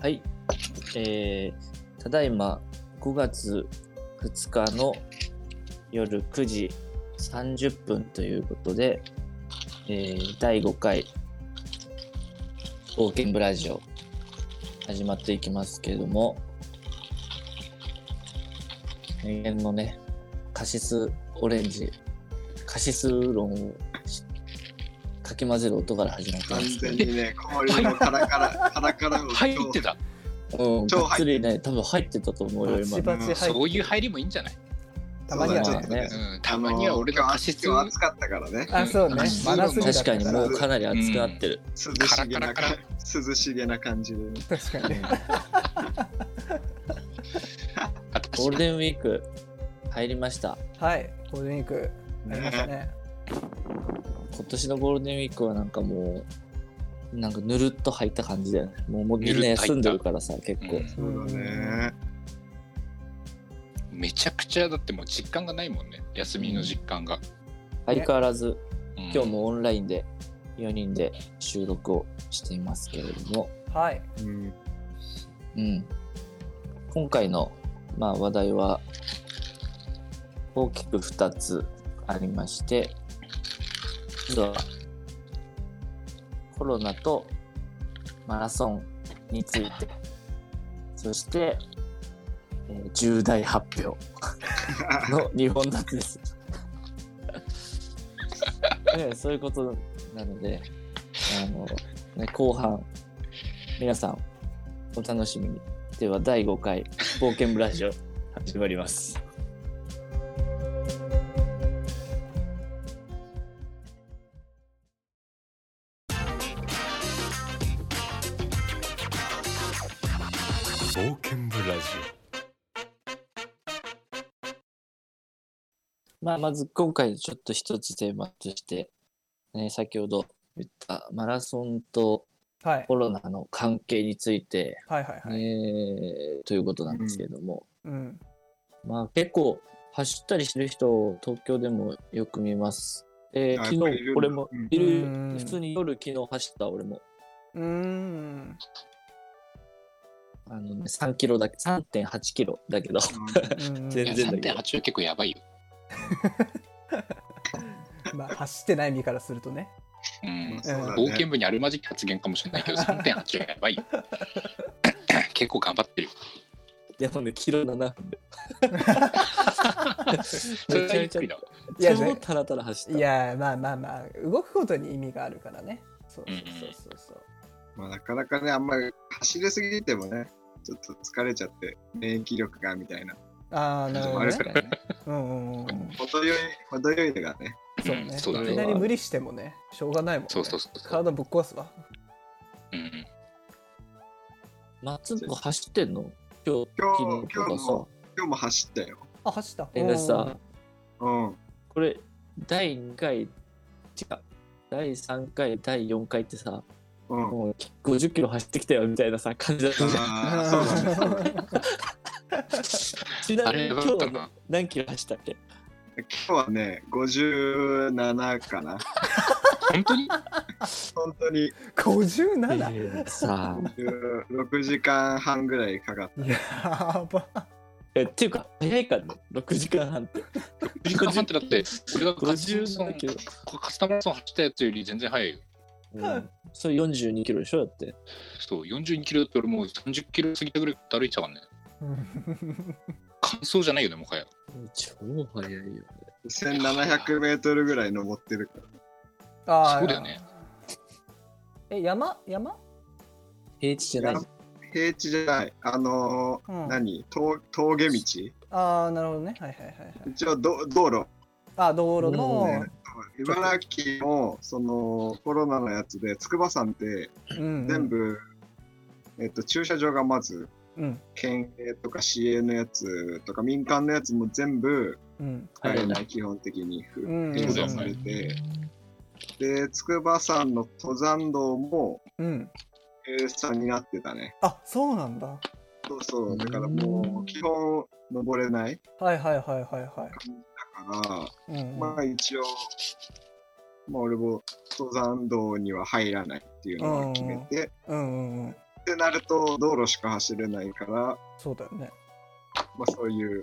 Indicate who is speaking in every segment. Speaker 1: はい。えー、ただいま5月2日の夜9時30分ということで、えー第5回冒険部ラジオ始まっていきますけれども、人間のね、カシスオレンジ、カシスウーロンをしかき混ぜる音から始まってま
Speaker 2: 完
Speaker 1: すけど
Speaker 2: 全にね、氷のカラカラ、カラカラを
Speaker 3: 入ってた。
Speaker 1: うん、
Speaker 2: 超
Speaker 1: がっつりね、多分入ってたと思うよ、今。
Speaker 4: バチバチ入って
Speaker 3: そういう入りもいいんじゃない、
Speaker 4: たまには
Speaker 2: ちょ
Speaker 4: ね
Speaker 2: っとね。
Speaker 3: うん、たまには俺の
Speaker 2: 今日
Speaker 3: 過
Speaker 2: 足
Speaker 3: 失
Speaker 2: 今日暑かったからね。
Speaker 4: あ、そうね。
Speaker 3: うん
Speaker 4: 真夏日だっ
Speaker 1: 確
Speaker 4: た
Speaker 1: かにもうかなり熱くなってる。
Speaker 2: 涼
Speaker 3: カ
Speaker 2: し
Speaker 3: ラ
Speaker 2: げ
Speaker 3: カ
Speaker 2: な
Speaker 3: ラカラ
Speaker 2: 涼しげな感じでね。
Speaker 4: 確かに。
Speaker 1: ゴールデンウィーク入りました。
Speaker 4: はい、ゴールデンウィークありましたね。
Speaker 1: 今年のゴールデンウィークはなんかもう、なんかぬるっと入った感じだよね。もうもうみんな休んでるからさ、結構。
Speaker 3: う
Speaker 2: そうだね。
Speaker 3: んめちゃくちゃだってもう実感がないもんね休みの実感が、
Speaker 1: 相変わらず、
Speaker 3: うん
Speaker 1: 今日もオンラインで4人で収録をしていますけれども、
Speaker 4: はい。
Speaker 2: うん
Speaker 1: うん。今回の、まあ、話題は、大きく2つありまして、まずは、コロナとマラソンについて、そして、えー重大発表の2本立てです。ねそういうことなので、あの、ね、後半、皆さん、お楽しみに。では第5回冒険ブラジオ始まります。
Speaker 5: 冒険部ラジ
Speaker 1: まあ、まず今回ちょっと一つテーマとして、ね、先ほど言ったマラソンと
Speaker 4: はい。
Speaker 1: コロナの関係について、
Speaker 4: はいはいはい。
Speaker 1: えーということなんですけれども、
Speaker 4: うん。
Speaker 1: まあ結構走ったりしてる人を東京でもよく見ます。えー
Speaker 2: あ
Speaker 1: 昨
Speaker 2: やっぱりいる
Speaker 1: 日
Speaker 2: んだ
Speaker 1: 俺も
Speaker 2: うん
Speaker 1: いる、
Speaker 4: うん
Speaker 1: 普通に夜昨日走った俺も
Speaker 4: うーん。
Speaker 1: あの、ね、3キロだけ3.8キロだけど
Speaker 4: うん
Speaker 1: 全
Speaker 3: いや
Speaker 1: 然だけ
Speaker 3: 3.8は結構やばいよ、
Speaker 4: まあ、走ってない身からするとね。
Speaker 3: う
Speaker 2: うん
Speaker 3: ん、
Speaker 2: そうだね
Speaker 3: 冒険部にあるまじき発言かもしれない けど3.8はや ばいよ結構頑張ってるよ
Speaker 1: でもねキロ7分で
Speaker 3: それがゆっくりだわ
Speaker 4: いや、
Speaker 1: 超
Speaker 4: ね、
Speaker 1: タラタラ走った。
Speaker 4: いやまあまあまあ、動くことに意味があるからね。そうそうそうそう。
Speaker 2: まあなかなかね、あんまり走りすぎてもね、ちょっと疲れちゃって、免疫力がみたいな。
Speaker 4: ああ、なるほ
Speaker 2: あ
Speaker 4: どね
Speaker 2: れ。
Speaker 1: 確かにね
Speaker 4: うんうんうん。
Speaker 2: 程よい、程よいのがね。
Speaker 4: そう
Speaker 3: うん
Speaker 4: ね。
Speaker 3: そうだ
Speaker 4: い
Speaker 3: ね
Speaker 4: きなり無理してもね、しょうがないもんね。
Speaker 3: そうそうそうそう、
Speaker 4: 体ぶっ壊すわ。
Speaker 3: うん、
Speaker 1: 松っ子走ってんの今日、
Speaker 2: 今日
Speaker 1: 昨日とか
Speaker 2: 今日
Speaker 1: さ
Speaker 2: も。今日も走ったよ。
Speaker 4: あ、走った。
Speaker 1: え、だし
Speaker 4: うん
Speaker 1: さ、
Speaker 2: うん。
Speaker 1: これ、第2回、違う。第3回、第4回ってさ、
Speaker 2: うん。
Speaker 1: もう50キロ走ってきたよみたいなさ、感じだったじゃん。
Speaker 2: ああ、そうだね。
Speaker 1: ちな
Speaker 3: あ
Speaker 1: みに
Speaker 3: れだ
Speaker 1: 今
Speaker 3: っ
Speaker 1: 日
Speaker 3: た
Speaker 1: は
Speaker 3: な
Speaker 1: 何キロ走ったっけ
Speaker 2: 今日はね、57かな。
Speaker 3: 本当に
Speaker 2: 本当に
Speaker 4: 57?
Speaker 1: えーさあ。
Speaker 2: 6時間半ぐらいかかっ
Speaker 4: やば。
Speaker 1: え、っていうか、早いからね。6時間半って。
Speaker 3: 時間半ってだって俺がカスタマ
Speaker 1: 57キロ。
Speaker 3: ラソン走ったやつより全然早いよ
Speaker 1: うんそれ42キロでしょだって。
Speaker 3: そう42キロだって俺もう30キロ過ぎたぐらい歩いてたからね感想じゃないよねもはや
Speaker 1: 超早いよ。
Speaker 2: て、1700メートルぐらい登ってるから。
Speaker 4: ああ
Speaker 3: そうだよね。
Speaker 4: え、山山
Speaker 1: 平地じゃない。
Speaker 2: 平地じゃない、あのー
Speaker 4: うん
Speaker 2: 何峠峠道
Speaker 4: ああ、なるほどね。はいはいはいはい。
Speaker 2: 一応ど道路。
Speaker 4: あ道路
Speaker 1: う
Speaker 4: の、
Speaker 2: 茨城もそのコロナのやつで筑波山って
Speaker 4: うん、
Speaker 2: 全、部、えっと、駐車場がまず
Speaker 4: うん、
Speaker 2: 県営とか市営のやつとか民間のやつも全部
Speaker 4: うん、
Speaker 1: は
Speaker 2: 使
Speaker 1: い
Speaker 2: えない基本的にふ
Speaker 4: うん
Speaker 2: 閉鎖されてで筑波山の登山道も
Speaker 4: うん。
Speaker 2: 閉鎖になってたね
Speaker 4: あそうなんだ。
Speaker 2: そうそうだからもう基本登れない
Speaker 4: はいはいはいは
Speaker 2: から
Speaker 4: いはい。うん、
Speaker 2: まあ一応、まあ俺も登山道には入らないっていうのは決めて、
Speaker 4: うんうんうん。
Speaker 2: ってなると、道路しか走れないから、
Speaker 4: そうだよね。
Speaker 2: まあそういう、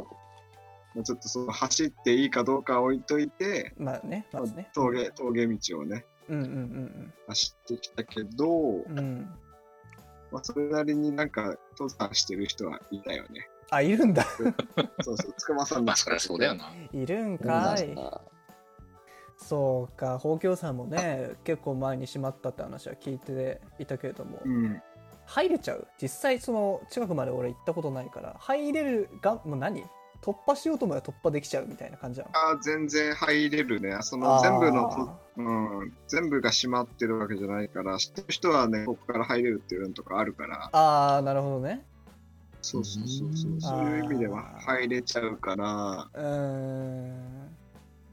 Speaker 2: まあ、ちょっとその走っていいかどうかは置いといて、
Speaker 4: まあね、まずね。
Speaker 2: 峠、峠道をね、
Speaker 4: うんうん
Speaker 2: 走ってきたけど、
Speaker 4: うんうん。うん。
Speaker 2: まあそれなりになんか登山してる人はいたよね。
Speaker 4: あ、いるんだ。
Speaker 2: そうそう、つくまさん
Speaker 3: ま
Speaker 2: の
Speaker 3: あそりゃそうだよな。
Speaker 4: いるん
Speaker 1: な
Speaker 4: か
Speaker 1: ん
Speaker 4: い。
Speaker 1: か
Speaker 4: そうか、宝鏡山もね、結構前に閉まったって話は聞いていたけれども、
Speaker 2: うん。
Speaker 4: 入れちゃう実際その近くまで俺行ったことないから、入れるが、もう何突破しようと思えば突破できちゃうみたいな感じなの。
Speaker 2: あー全然入れるね。そ
Speaker 4: あ
Speaker 2: の
Speaker 4: ー
Speaker 2: 全部のと、うん、全部が閉まってるわけじゃないから、知ってる人はね、ここから入れるっていうのとかあるから、
Speaker 4: あー、なるほどね。
Speaker 2: そうそうそうそうう、
Speaker 1: ん
Speaker 2: そういう意味では
Speaker 4: あー
Speaker 2: 入れちゃうから、
Speaker 4: うーん。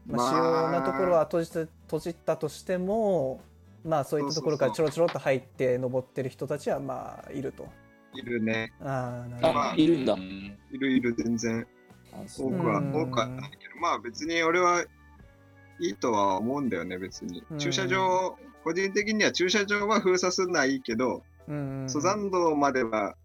Speaker 4: ま
Speaker 2: ま
Speaker 4: あ、
Speaker 2: あ
Speaker 4: 主要なところは閉じて閉じたとしても、まあ、そういったところからちょろちょろっと入って登ってる人たちはまあいると。
Speaker 2: いるね。
Speaker 4: ああなるほど。
Speaker 1: あいるんだ
Speaker 3: う
Speaker 2: いるいる、全然。
Speaker 1: あそ
Speaker 2: 多
Speaker 1: う
Speaker 2: くは、
Speaker 4: うん
Speaker 2: 多くはないけど、まあ別に俺はいいとは思うんだよね、別に
Speaker 4: うん。
Speaker 2: 駐車場、個人的には駐車場は封鎖するのはいいけど、
Speaker 4: うんうん
Speaker 2: 登山道までは、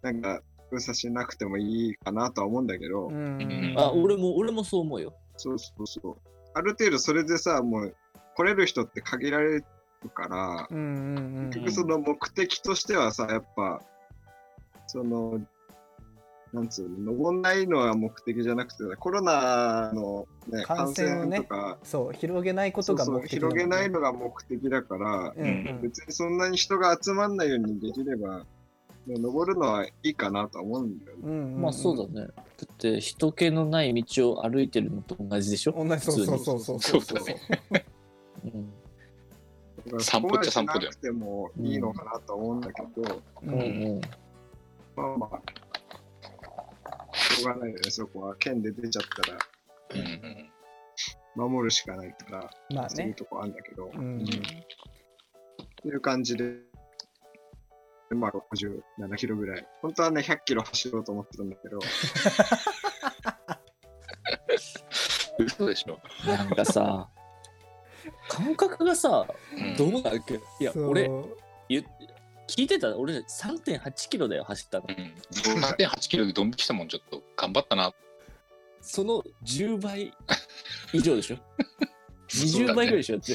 Speaker 2: なんか封鎖しなくてもいいかなとは思うんだけど、
Speaker 4: うんうん
Speaker 1: あ俺も俺もそう思うよ
Speaker 2: そうそうそう。ある程度それでさ、もう来れる人って限られるから、
Speaker 4: うんうん
Speaker 2: 結局その目的としてはさ、やっぱ、その、なんつうの、登んないのは目的じゃなくて、コロナの、ね、
Speaker 4: 感
Speaker 2: 感
Speaker 4: 染を
Speaker 2: 染
Speaker 4: ね
Speaker 2: とか、
Speaker 4: そう広げないことが
Speaker 2: そう
Speaker 4: 目
Speaker 2: そう
Speaker 4: 的
Speaker 2: 広げない
Speaker 4: の、
Speaker 2: のが目的だから、
Speaker 4: うんうん、
Speaker 2: 別にそんなに人が集まんないようにできれば、もう登るのはいいかなとは思うんだよね。
Speaker 4: うんうんうん
Speaker 1: まあそうだねだって人気のない道を歩いてるのと同じでしょ、
Speaker 4: 同じそうそうそうそう
Speaker 3: そうだね
Speaker 1: うん
Speaker 2: だから
Speaker 3: 散歩っちゃ散歩だ
Speaker 2: そこまでしな
Speaker 3: よ
Speaker 2: くてもいいのかなとは思うんだけど、
Speaker 4: う
Speaker 1: うん
Speaker 4: ん
Speaker 1: うん
Speaker 2: まあまあ、しょうがないよね、そこは。県で出ちゃったら、
Speaker 3: うんうん
Speaker 2: 守るしかないから、
Speaker 4: まあ
Speaker 2: そういう
Speaker 4: ね
Speaker 2: とこあるんだけど、
Speaker 4: う
Speaker 2: うん
Speaker 4: ん
Speaker 2: っていう感じで、まあ67キロぐらい。本当はね、100キロ走ろうと思ってたんだけど、
Speaker 3: 嘘でしょ。
Speaker 1: なんか さ感覚がさ
Speaker 3: うん
Speaker 1: どうなるっけいや
Speaker 4: そう
Speaker 1: 俺言聞いてた俺3.8キロだよ走ったの
Speaker 3: うん7.8キロでドン引きしたもんちょっと頑張ったな。
Speaker 1: その10倍以上で しょ
Speaker 3: そうだ
Speaker 1: 20
Speaker 3: ね
Speaker 1: 倍ぐらいでしょだって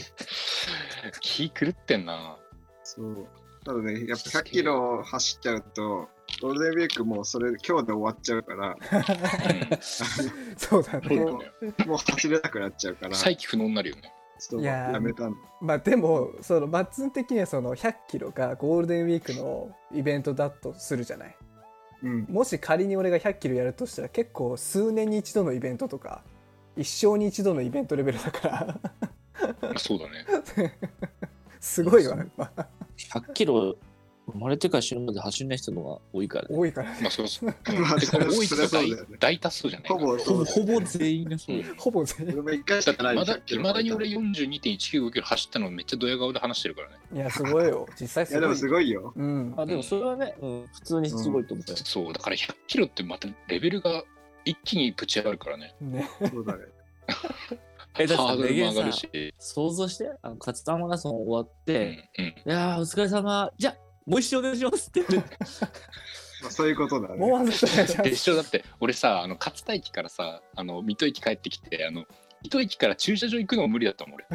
Speaker 3: 気狂ってんな。
Speaker 2: そう。ただね、やっぱ100キロ走っちゃうと、ゴールデンウィークもうそれ今日で終わっちゃうから、
Speaker 4: そうだ
Speaker 3: うん
Speaker 4: ね
Speaker 3: そうだよね
Speaker 2: もう走れなくなっちゃ うから、
Speaker 3: 再起不能になるよね。
Speaker 2: そう
Speaker 4: いやー
Speaker 2: やめたんだ。
Speaker 4: まあでもそのマッツン的にはその100キロがゴールデンウィークのイベントだとするじゃない
Speaker 2: うん。
Speaker 4: もし仮に俺が100キロやるとしたら結構数年に一度のイベントとか一生に一度のイベントレベルだから
Speaker 3: まあそうだね。
Speaker 4: すごいわ、まあ
Speaker 1: 100キロ生まれてから死ぬまで走んない人の方が多いからね
Speaker 4: 多いからね
Speaker 3: まあそうそう。
Speaker 2: まあ、
Speaker 3: てか
Speaker 2: それ
Speaker 3: 多い
Speaker 2: そ
Speaker 3: 人
Speaker 2: れ
Speaker 3: が
Speaker 2: そう
Speaker 3: 大
Speaker 2: だよね。
Speaker 3: 大多数じゃない
Speaker 2: ほぼ
Speaker 1: ほ
Speaker 2: そ
Speaker 1: ぼ
Speaker 2: うだよ
Speaker 1: ほぼ全員がそうだよ
Speaker 4: ほぼ 全
Speaker 2: 俺も一回しかない
Speaker 3: ま
Speaker 2: で
Speaker 3: だ
Speaker 2: 100キ
Speaker 3: い
Speaker 2: ロ
Speaker 3: まだに俺42.195キロ走ったのめっちゃドヤ顔で話してるからね。
Speaker 4: 員いやすごいよ実際
Speaker 2: い
Speaker 4: す
Speaker 2: や、で
Speaker 4: ご
Speaker 2: も
Speaker 4: い
Speaker 2: すごいよ。
Speaker 4: うん
Speaker 1: あでもそれはね、うん、普通にすごいと思うよ、
Speaker 3: そうだから100キロってまたレベルが一気にぶち上がるからね。
Speaker 4: ね
Speaker 2: そうだね。
Speaker 1: えだって
Speaker 3: ハードルも上がる
Speaker 1: さ
Speaker 3: し。
Speaker 1: 想像してあの勝田マラソン終わっ
Speaker 3: うん
Speaker 1: て、
Speaker 3: うん
Speaker 1: いやーお疲れ様じゃあもう一周お願いします って言って
Speaker 2: まあ、そういうことだね。
Speaker 4: もう外せないじゃん
Speaker 3: で一緒だって俺さあの勝田駅からさあの水戸駅帰ってきてあの水戸駅から駐車場行くのも無理だったもん 俺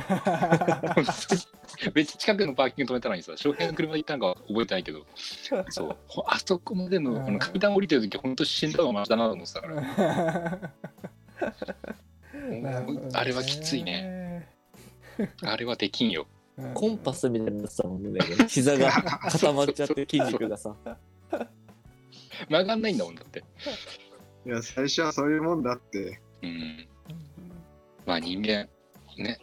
Speaker 3: 別に近くのパーキング止めたのにさ翔平の車で行ったのか覚えてないけどそうほあそこまで
Speaker 4: う
Speaker 3: の
Speaker 4: ん
Speaker 3: あの階段降りてる時本当死んだのがマシだなと思ってたから、
Speaker 4: なるほどね
Speaker 3: あれはきついねあれはできんよ
Speaker 4: うん
Speaker 1: コンパスみたいになってたもんね 膝が固まっちゃって筋肉がさ
Speaker 3: 曲がんないんだもんだって
Speaker 2: いや、最初はそういうもんだって。
Speaker 3: うんまあ人間ね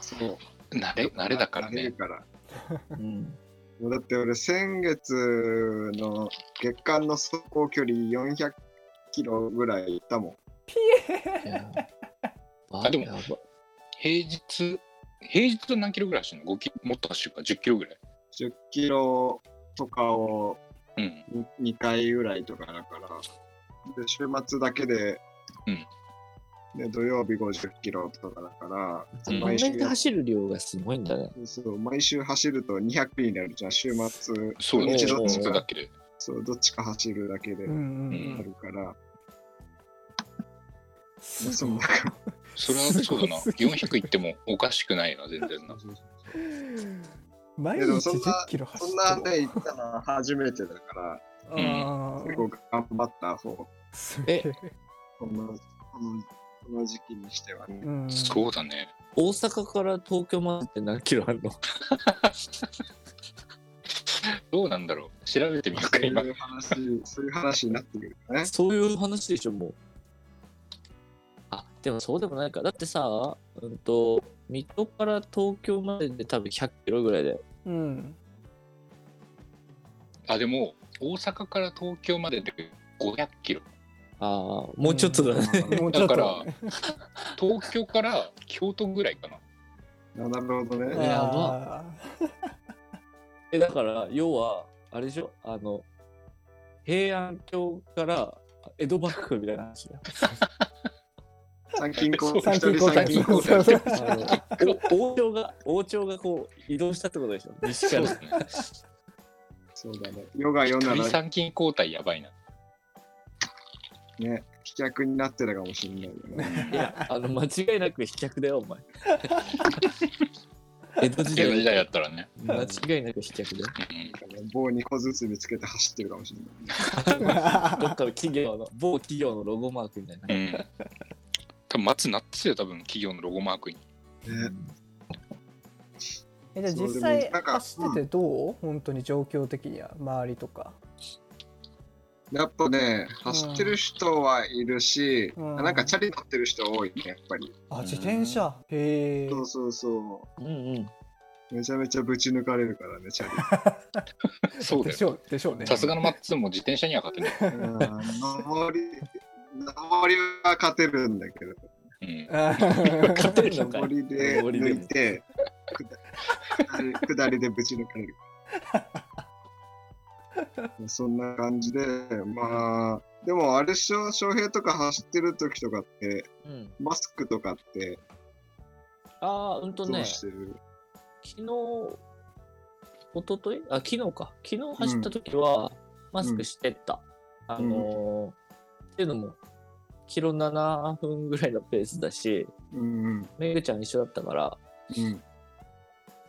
Speaker 2: そう。
Speaker 3: 慣れ慣れだから
Speaker 2: 慣れ
Speaker 3: ね
Speaker 2: るから。
Speaker 1: うん
Speaker 2: もうだって俺、先月の月間の走行距離400キロぐらい行ったもん。
Speaker 1: いや
Speaker 3: あでも
Speaker 1: や
Speaker 3: 平日平日は何キロぐらい走るの5キロもっと走るか10キロぐらい
Speaker 2: 10キロとかを
Speaker 3: うん
Speaker 2: に 2, 回ぐらいとかだから。で、週末だけで、
Speaker 3: うん
Speaker 2: で土曜日50キロとかだから、
Speaker 3: うん
Speaker 1: こんなに走る量がすごいんだね。
Speaker 2: そう毎週走ると200になるじゃん、週末、
Speaker 3: そうだね、
Speaker 1: う
Speaker 2: 土
Speaker 1: ん
Speaker 2: 日
Speaker 3: ちょ
Speaker 2: どっち
Speaker 3: っとだ
Speaker 2: か、
Speaker 3: けで。
Speaker 2: そうどっちか走るだけで
Speaker 4: うんう
Speaker 2: なん
Speaker 4: うん
Speaker 2: るから、
Speaker 4: すごい
Speaker 2: そんな感
Speaker 3: それはそうだな、
Speaker 4: すごいすごい
Speaker 3: 400いってもおかしくないな、全然な。
Speaker 2: じ。
Speaker 4: 毎
Speaker 2: いやでも
Speaker 4: 日
Speaker 2: そんな
Speaker 4: 10キロ走
Speaker 2: そん
Speaker 4: っ
Speaker 2: な
Speaker 4: て
Speaker 2: ね、行ったのは初めてだから、
Speaker 4: るあー
Speaker 2: 結構頑張った方、
Speaker 4: すげえ
Speaker 2: このこのこの時期にしてはね。
Speaker 4: うん
Speaker 3: そうだね。
Speaker 1: 大阪から東京までって何キロあるの
Speaker 3: どうなんだろう。調べてみよう
Speaker 2: そ
Speaker 3: か、
Speaker 2: う
Speaker 3: 今
Speaker 2: い。う話、そういう話になってくる よね。
Speaker 1: そういう話でしょ、もう。あ、でもそうでもないか。だってさ、うんと、水戸から東京までで多分100キロぐらいで。
Speaker 4: うん
Speaker 3: あ、でも、大阪から東京までで500キロ。
Speaker 1: ああ、もうちょっとだね。
Speaker 4: もうち
Speaker 3: だ
Speaker 4: ょっ
Speaker 3: か
Speaker 4: と
Speaker 3: ら、東京から京都ぐらいかな。
Speaker 2: あなるほどね。
Speaker 1: や
Speaker 4: ば
Speaker 1: えだから要はあれでしょあの平安京から江戸幕府みたいな話だ
Speaker 2: 参勤交
Speaker 3: そう
Speaker 2: 代、一人
Speaker 3: 参
Speaker 2: 参
Speaker 3: 勤
Speaker 2: 勤
Speaker 3: 交
Speaker 2: 交
Speaker 3: 代
Speaker 2: 代。
Speaker 1: あのお王朝が王朝がこう移動したってことでしょ西
Speaker 3: そ
Speaker 1: か
Speaker 3: う
Speaker 1: ら
Speaker 3: ですね。
Speaker 2: そうだね。世が世な
Speaker 3: 鳥
Speaker 2: ら
Speaker 3: 参勤交代やばいな。
Speaker 2: ね、飛脚になってたかもしれないよね。
Speaker 1: いやあの間違いなく飛脚だよ お前江戸時
Speaker 3: 江戸時代だ
Speaker 1: 代
Speaker 3: ったらね。
Speaker 1: 間違いなく飛脚だよ
Speaker 3: うん
Speaker 2: 棒に小包つけて走ってるかもしれない。
Speaker 1: どっかの企業の某企業のロゴマークみたいな、
Speaker 3: うん。多分松なってたよ、多分企業のロゴマークに。
Speaker 4: えじゃあ
Speaker 2: そう
Speaker 4: 実際
Speaker 2: でもなんか
Speaker 4: 走っててどう本当に状況的には周りとか
Speaker 2: やっぱね、走ってる人はいるし、
Speaker 4: うん
Speaker 2: なんかチャリ乗ってる人多いね、やっぱり。
Speaker 4: あ自転車へえ
Speaker 2: そうそうそ
Speaker 1: うんうん
Speaker 2: う。めちゃめちゃぶち抜かれるからね、チャリ。
Speaker 3: そうだ
Speaker 4: で
Speaker 3: よ
Speaker 4: し。ょうでしょうね
Speaker 3: さすがのマッツンも自転車には勝てない。
Speaker 2: うん登り、登りは勝てるんだけど、
Speaker 3: うん。
Speaker 4: あ
Speaker 1: 勝
Speaker 4: ー
Speaker 1: てるのか
Speaker 2: 登
Speaker 1: い
Speaker 2: りで
Speaker 1: 登りでも
Speaker 2: 抜いて、下り下りでぶち抜かれる。そんな感じで、まあ、でもあれっしょ、翔平とか走ってる時とかって、
Speaker 1: うん、
Speaker 2: マスクとかって
Speaker 1: ああうんと
Speaker 2: ど
Speaker 1: ね
Speaker 2: うしてる、
Speaker 1: 昨日、一昨日あ、昨日か。昨日走った時は、マスクしてった。あのーっていうのも、キロ7分ぐらいのペースだし、
Speaker 2: うんうん
Speaker 1: めぐちゃん一緒だったから、
Speaker 2: うん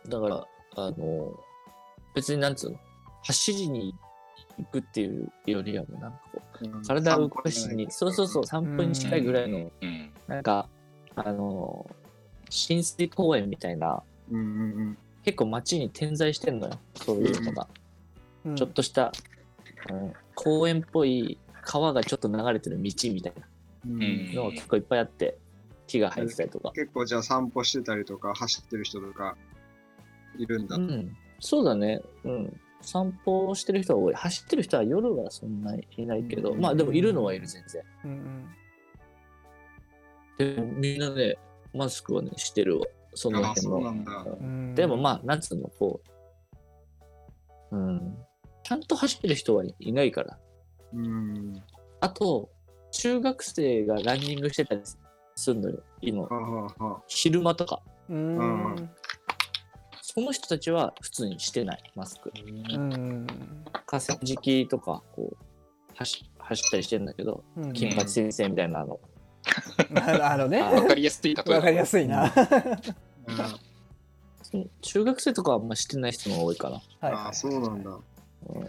Speaker 1: だから、あのー別になんつうの、走りに行くっていうよりはもうなんかこう、
Speaker 2: うん
Speaker 1: 体を動かしに、そうそうそう、散歩に近いぐらいの、
Speaker 3: うん。
Speaker 1: なんか、あのー浸水公園みたいな、
Speaker 2: うんうん
Speaker 1: 結構街に点在してんのよ、そういうのが。
Speaker 4: うん
Speaker 1: ちょっとした、うん公園っぽい川がちょっと流れてる道みたい
Speaker 2: うんうん
Speaker 3: うん
Speaker 1: なのが結構いっぱいあって木が生えてたりとか、
Speaker 2: 結構じゃあ散歩してたりとか走ってる人とかいるんだ、
Speaker 1: うんそうだねうん散歩してる人は多い走ってる人は夜はそんなにいないけど、
Speaker 2: うん
Speaker 1: まあでもいるのはいる全然
Speaker 4: うんうん
Speaker 1: でもみんなねマスクはねしてるわその辺
Speaker 2: あそうなん
Speaker 1: の、
Speaker 2: だ
Speaker 4: うん
Speaker 1: でもまあなんつうのこううんちゃんと走ってる人はいないから
Speaker 2: うん
Speaker 1: あと中学生がランニングしてたりするのよ今
Speaker 2: はあはあはあ
Speaker 1: 昼間とか
Speaker 4: うん
Speaker 2: うん
Speaker 1: その人たちは普通にしてない、マスク。
Speaker 4: うん
Speaker 1: 河川敷とか、こう、走走ったりしてんだけど、
Speaker 4: うん
Speaker 1: 金八先生みたいなの。
Speaker 4: あのね
Speaker 1: あ
Speaker 3: わかりやすい例え
Speaker 4: わかりや
Speaker 3: す
Speaker 4: すいなはい
Speaker 2: うん
Speaker 1: その中学生とかはあんましてない人が多いかな。
Speaker 2: ああそうなんだ
Speaker 1: うん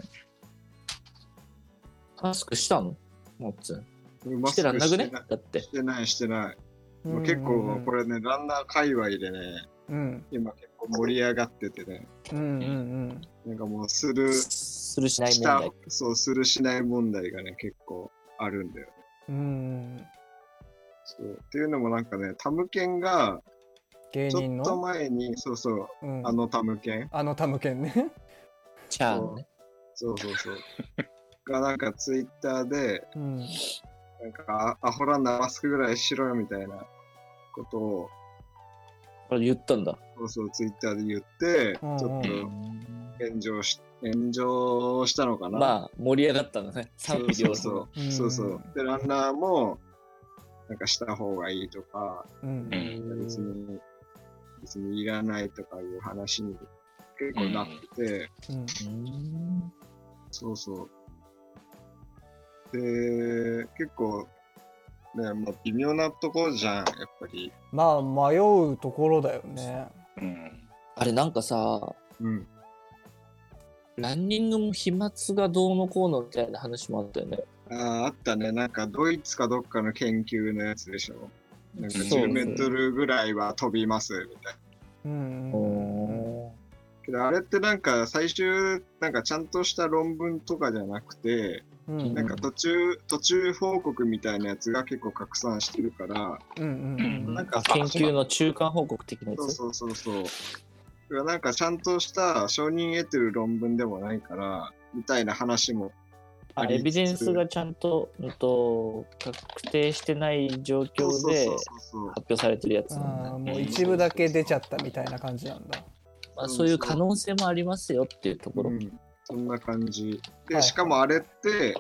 Speaker 1: マスクしたのもっつん。
Speaker 2: 俺マ
Speaker 1: してらんなくね
Speaker 2: して
Speaker 1: だって
Speaker 2: し。てないしてない、もう結構これねランナー界隈でね
Speaker 4: うん
Speaker 2: 今結構盛り上がっててね
Speaker 4: うんうんうん
Speaker 2: なんかもうする
Speaker 1: するしない問
Speaker 2: した
Speaker 1: 題。
Speaker 2: そうするしない問題がね結構あるんだよ
Speaker 4: うん
Speaker 2: そうっていうのもなんかねタムケンが
Speaker 4: 芸
Speaker 2: ち
Speaker 4: 人
Speaker 2: ょっと
Speaker 4: の
Speaker 2: 前にそうそう
Speaker 4: うん
Speaker 2: あのタムケン
Speaker 4: あのタムケンね
Speaker 1: チャーのね。
Speaker 2: そうそうそうがなんかツイッターで
Speaker 4: うん
Speaker 2: なんかアアホランダーマスクぐらいしろよみたいなことを
Speaker 1: これ言ったんだ。
Speaker 2: そうそうツイッターで言って、
Speaker 4: うんうん
Speaker 2: ちょっと炎上し炎上したのかな、
Speaker 1: まあ、盛り上がったんだね。賛否両
Speaker 2: そう
Speaker 1: 論。
Speaker 2: そうそうそうでランナーもなんかした方がいいとか、
Speaker 4: うん
Speaker 3: う。ん
Speaker 2: 別に、別にいらないとかいう話に結構なって、
Speaker 4: うん。
Speaker 1: うん
Speaker 2: そうそう。で、結構、ね、まあ、微妙なところじゃん、やっぱり。
Speaker 4: まあ、迷うところだよね。
Speaker 3: うん。
Speaker 1: あれなんかさ、
Speaker 2: うん。
Speaker 1: ランニングも飛沫がどうのこうのみたいな話もあったよね。
Speaker 2: ああ、あったね。なんか、ドイツかどっかの研究のやつでしょ。なんか、
Speaker 1: そう
Speaker 2: 10メートルぐらいは飛びます、みたいな。
Speaker 4: うん。
Speaker 2: けど、あれってなんか、最終、なんか、ちゃんとした論文とかじゃなくて、
Speaker 4: うん。うん。
Speaker 2: なんか、途中、途中報告みたいなやつが結構拡散してるから、
Speaker 4: うん。うん。
Speaker 2: なんか
Speaker 1: あ
Speaker 2: さ
Speaker 1: 研究の中間報告的なや
Speaker 2: そう
Speaker 1: つ。
Speaker 2: そうそうそう。だからなんかちゃんとした承認得てる論文でもないから、みたいな話も。
Speaker 1: あエビデンスがちゃんと,、うん、と確定してない状況
Speaker 2: そうそう
Speaker 1: で
Speaker 2: そう
Speaker 1: 発
Speaker 2: そう。
Speaker 1: 表されてるやつなんだ
Speaker 4: あ
Speaker 1: よ
Speaker 4: ー
Speaker 1: ね、
Speaker 4: もう一部だけ出ちゃったみたいな感じなんだ。
Speaker 1: まあ、そういう可能性もありますよっていうところ。
Speaker 2: うん、そんな感じ。
Speaker 4: は
Speaker 2: で、
Speaker 4: い
Speaker 2: しかもあれって、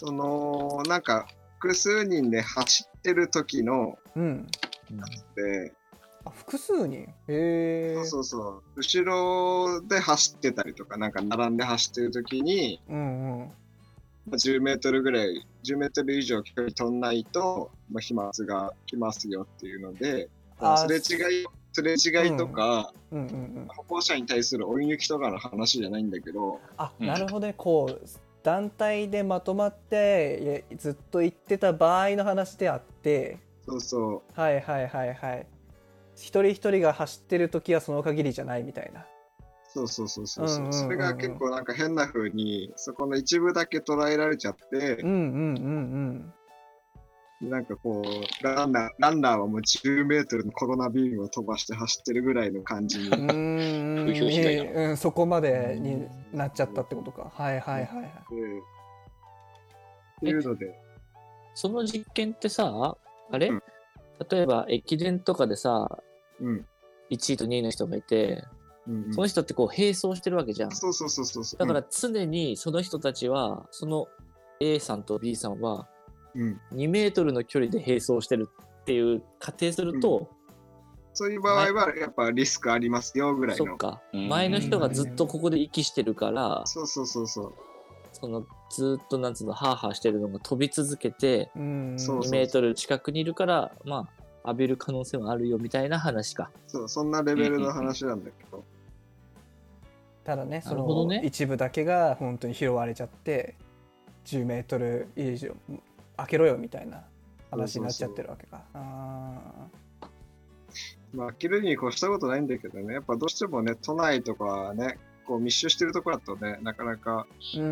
Speaker 2: その、なんか、複数人で走ってる時の
Speaker 4: うん。
Speaker 2: で、
Speaker 4: あ、複数人へえ。
Speaker 2: そうそうそう、後ろで走ってたりとか、なんか並んで走ってる時に、
Speaker 4: うんうん。
Speaker 2: まあ10メートルぐらい、10メートル以上距離飛んないと、まあ、飛沫が来ますよっていうので、
Speaker 4: あー
Speaker 2: すれ違い、すれ違いとか、
Speaker 4: うんうんうん。
Speaker 2: 歩行者に対する追い抜きとかの話じゃないんだけど、
Speaker 4: あ、
Speaker 3: うん
Speaker 4: なるほどね。こう、団体でまとまって、いやずっと言ってた場合の話であって、
Speaker 2: そうそ
Speaker 4: はいはいはいはい。一人一人が走ってる時はその限りじゃないみたいな。
Speaker 2: う、そうそうそうそうそう、
Speaker 4: うんうんうんうん
Speaker 2: それが結構なんか変な風に、そこの一部だけ捉えられちゃって
Speaker 4: うん、うんうん
Speaker 2: なんかこう、ランナー、ランナーはもう10メートルのコロナビームを飛ばして走ってるぐらいの感じに
Speaker 4: うん。うーん
Speaker 3: 風評被害だ
Speaker 4: うん、そこまでになっちゃったってことか。はいはいはいはい。
Speaker 2: っていうので、
Speaker 1: その実験ってさ、あれ、
Speaker 2: うん
Speaker 1: 例えば駅伝とかでさ、
Speaker 2: うん。
Speaker 1: 1位と2位の人がいて、
Speaker 2: うんうん
Speaker 1: その人ってこう並走してるわけじゃん。
Speaker 2: そうそうそうそうそう。
Speaker 1: だから常にその人たちは、その A さんと B さんは
Speaker 2: うん、うん
Speaker 1: 2メートルの距離で並走してるっていう仮定すると、
Speaker 2: そういう場合はやっぱリスクありますよぐらい
Speaker 1: そっ
Speaker 2: の。
Speaker 1: か、
Speaker 3: うん
Speaker 1: 前の人がずっとここで息してるから、
Speaker 2: そうそうそうそう。
Speaker 1: そのずっとなんつうの、ハーハーしてるのが飛び続けて、
Speaker 4: うん。
Speaker 2: そう
Speaker 1: 2メートル近くにいるから、まあ、浴びる可能性はあるよみたいな話か。
Speaker 2: そう、そんなレベルの話なんだけど。
Speaker 4: ただね、そ
Speaker 1: なるほど
Speaker 4: の
Speaker 1: ね
Speaker 4: 一部だけが本当に拾われちゃって、10メートル以上開けろよみたいな話になっちゃってるわけか。あ
Speaker 2: まあ、着るに越したことないんだけどね、やっぱどうしてもね、都内とかね、こう密集してるところだとね、なかなか
Speaker 4: ーう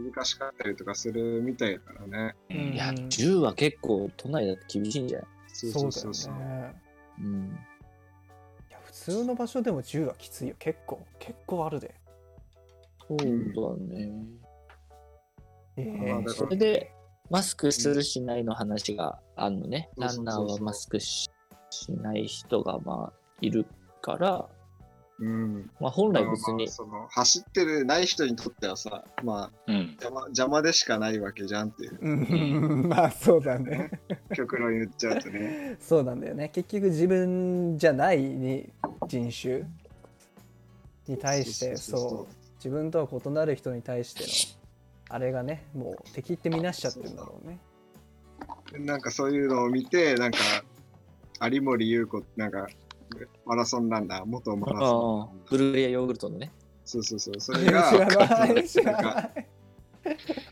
Speaker 4: ん。
Speaker 2: 難しかったりとかするみたいだからね。
Speaker 4: うん
Speaker 1: いや、10は結構都内だって厳しいんじゃない
Speaker 2: そ
Speaker 4: そうだよね。
Speaker 1: うん。
Speaker 4: いや普通の場所でも10はきついよ結構結構あるで
Speaker 1: そうだね。
Speaker 4: え
Speaker 2: まあ
Speaker 4: ー
Speaker 2: だか
Speaker 1: そ
Speaker 2: ら
Speaker 1: れで、マスクするしないの話があるのね。
Speaker 2: うん
Speaker 1: ランナーはマスクししない人がまあいるから、
Speaker 2: うん。
Speaker 1: まあ、本
Speaker 2: まあ
Speaker 1: 来別
Speaker 2: ま
Speaker 1: に
Speaker 2: あ、その走ってるない人にとってはさ、まあ
Speaker 3: うん。
Speaker 2: 邪魔、邪魔でしかないわけじゃんっていう、
Speaker 4: うん まあそうだね
Speaker 2: 極論言っちゃうと ね。
Speaker 4: そうなんだよね結局自分じゃないに人種に対してそう自分とは異なる人に対してのあれがねもう敵ってみなしちゃってるんだろうね
Speaker 2: なんかそういうのを見て、なんか、有森優子、なんか、マラソンランナー、元マ
Speaker 1: あ
Speaker 2: ラ
Speaker 1: あ
Speaker 2: ソンランナー、
Speaker 1: ブルーレアヨーグルトのね。
Speaker 2: そうそう そう、そ
Speaker 4: 知
Speaker 2: れが、
Speaker 4: らない知
Speaker 2: なん
Speaker 4: ら
Speaker 2: か
Speaker 4: ない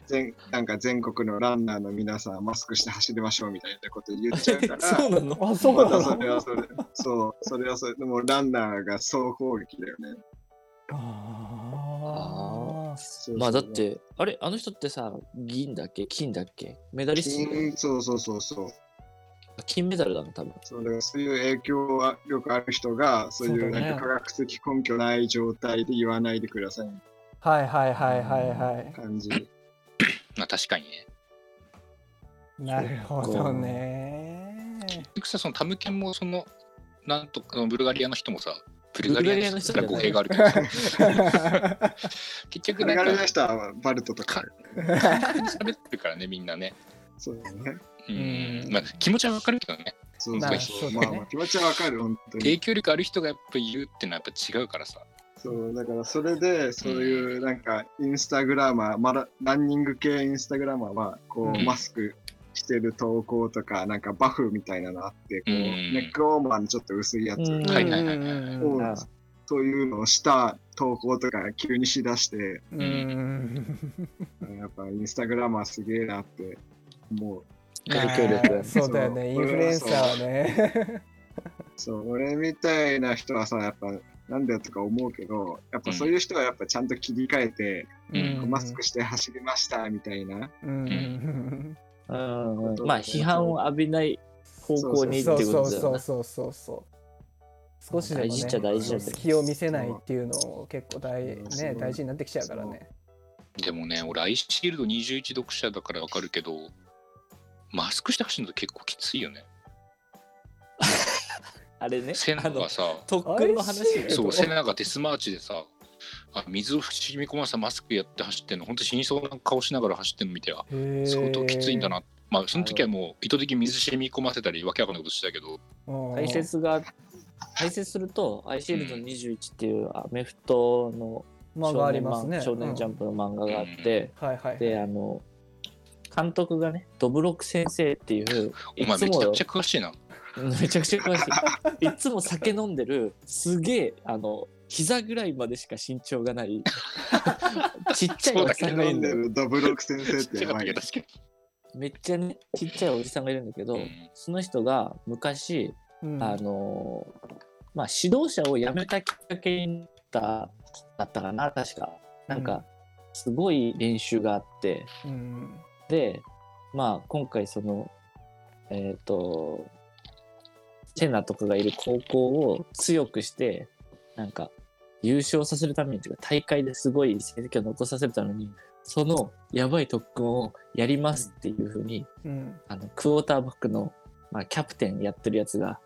Speaker 2: 全なんか全国のランナーの皆さん、マスクして走りましょうみたいなこと言っちゃう から、
Speaker 1: うなの
Speaker 4: あそう
Speaker 2: ま
Speaker 4: な
Speaker 2: たそ
Speaker 4: の
Speaker 2: れはそれ、そう、それはそれ、でもランナーが総攻撃だよね。
Speaker 4: あー
Speaker 2: そうそう
Speaker 1: まあだっ、て、あれあの人ってさ、銀だっけ金だっけメダリスト
Speaker 2: 金そうそうそうそう、
Speaker 1: 金メダルだもん、多分。
Speaker 2: それそういう影響はよくある人が、そうい
Speaker 4: そううだね
Speaker 2: なんか科学的根拠ない状態で言わないでくださいみ
Speaker 4: はいはいはいはいはい
Speaker 2: たいな感じ。
Speaker 3: まあ確かにね。
Speaker 4: なるほどね
Speaker 3: 結局さ、そのタムケンもその、なんとか、ブルガリアの人もさ、ブ
Speaker 1: ル
Speaker 3: ル
Speaker 1: ガ
Speaker 3: ガ
Speaker 1: リ
Speaker 3: リ
Speaker 1: ア
Speaker 3: ア
Speaker 1: の
Speaker 3: の
Speaker 1: 人じ
Speaker 3: 人
Speaker 1: ゃな
Speaker 3: が
Speaker 1: い
Speaker 3: 語弊があるけどさ、結
Speaker 2: 流
Speaker 3: 局なん
Speaker 2: れ 出
Speaker 3: か、
Speaker 2: した人はバルトとか
Speaker 3: 軽く喋ってるからね、みんなね。
Speaker 2: そうだね。
Speaker 3: うんまあ、気持ちはわかるけどね
Speaker 2: そう
Speaker 3: ま
Speaker 2: そ
Speaker 3: あ
Speaker 2: うそ。
Speaker 4: そうう
Speaker 2: ま
Speaker 4: だ
Speaker 2: あ
Speaker 4: ね
Speaker 2: まあ気持ちはわかる、本当
Speaker 3: 影
Speaker 2: に。
Speaker 3: 響力ある人がやっぱいるってのはやっぱ違うからさ
Speaker 2: そう、だからそれで、そういうなんか、インスタグラマー、まだ、ランニング系インスタグラマーは、こう、
Speaker 3: うん
Speaker 2: マスクしてる投稿とか、なんかバフみたいなのあって、こう、
Speaker 3: うん
Speaker 2: ネックウォーマーのちょっと薄いやつ。
Speaker 1: うん
Speaker 3: はいはいはいはい
Speaker 4: うん
Speaker 2: をそういうのをした投稿とか急にしだして、
Speaker 4: うんうん
Speaker 2: うんやっぱインスタグラマーすげえなって思う。
Speaker 1: 影響力
Speaker 4: あー そうだよねインフルエンサーはね
Speaker 2: そう、俺みたいな人はさ、やっぱなんだよとか思うけど、やっぱそういう人はやっぱちゃんと切り替えて、
Speaker 3: うん
Speaker 2: マスクして走りましたみたいな。
Speaker 4: うんうん
Speaker 1: うんうんまあ批判を浴びない方向にって
Speaker 4: そう
Speaker 1: こ
Speaker 4: そう
Speaker 1: とだよ
Speaker 4: そう
Speaker 1: な。
Speaker 4: そうそうそう少しでも、ね、
Speaker 1: 大事っちゃ大事だけど
Speaker 4: 隙を見せないっていうのを結構大,、
Speaker 2: そう
Speaker 4: ね、大事になってきちゃうからね
Speaker 3: でもね俺アイシールド21読者だからわかるけどマスクして走るの結構きついよね
Speaker 1: あれね、
Speaker 3: 背
Speaker 1: あ
Speaker 3: 中
Speaker 1: の
Speaker 3: が、さ
Speaker 1: 特訓の話
Speaker 4: あ
Speaker 1: ね
Speaker 4: れ
Speaker 3: そう
Speaker 4: えっと
Speaker 3: 背中がデスマーチでさあ水を染み込ませたマスクやって走ってんの本当死にそうな顔しながら走ってんの見てあ相当きついんだなまあその時はもう意図的に水染み込ませたりわけわかんないことしてたけど
Speaker 4: うん
Speaker 1: 解説が、解説すると、アイシールド21っていうアメフトの
Speaker 4: 漫画ありますね
Speaker 1: 少年漫少年ジャンプの漫画があって、
Speaker 4: うんはいはい
Speaker 1: で、あの、監督がね、ドブロク先生っていう、
Speaker 3: お
Speaker 1: い
Speaker 3: 前
Speaker 1: つ
Speaker 3: め
Speaker 1: も
Speaker 3: ちゃ
Speaker 1: よ
Speaker 3: くちゃ詳しいな
Speaker 1: めちゃくちゃ詳しい。 いつも酒飲んでる、すげえ、あの、膝ぐらいまでしか身長が ない、ちっちゃいおじさんがいるん
Speaker 2: 飲ん
Speaker 1: だ
Speaker 2: で
Speaker 1: よ。
Speaker 2: るドブロク先生
Speaker 3: ち
Speaker 2: っ
Speaker 3: っ
Speaker 2: て
Speaker 3: ちゃ
Speaker 2: や
Speaker 3: かっ
Speaker 2: ばい
Speaker 3: たけ
Speaker 2: よ
Speaker 3: ど。確かに
Speaker 1: めっちゃね、ちっちゃいおじさんがいるんだけど、
Speaker 3: うん
Speaker 1: その人が昔、
Speaker 4: うん
Speaker 1: あのーまあ、指導者を辞めたきっかけになっただったかな確かなん
Speaker 4: う
Speaker 1: かすごい練習があって
Speaker 4: うん
Speaker 1: でまあ今回そのえっ、とセナとかがいる高校を強くしてなんか優勝させるためにというか大会ですごい成績を残させるためにそのやばい特訓をやりますっていうふうに
Speaker 4: うん
Speaker 1: あのクォーターバックの、まあ、キャプテンやってるやつが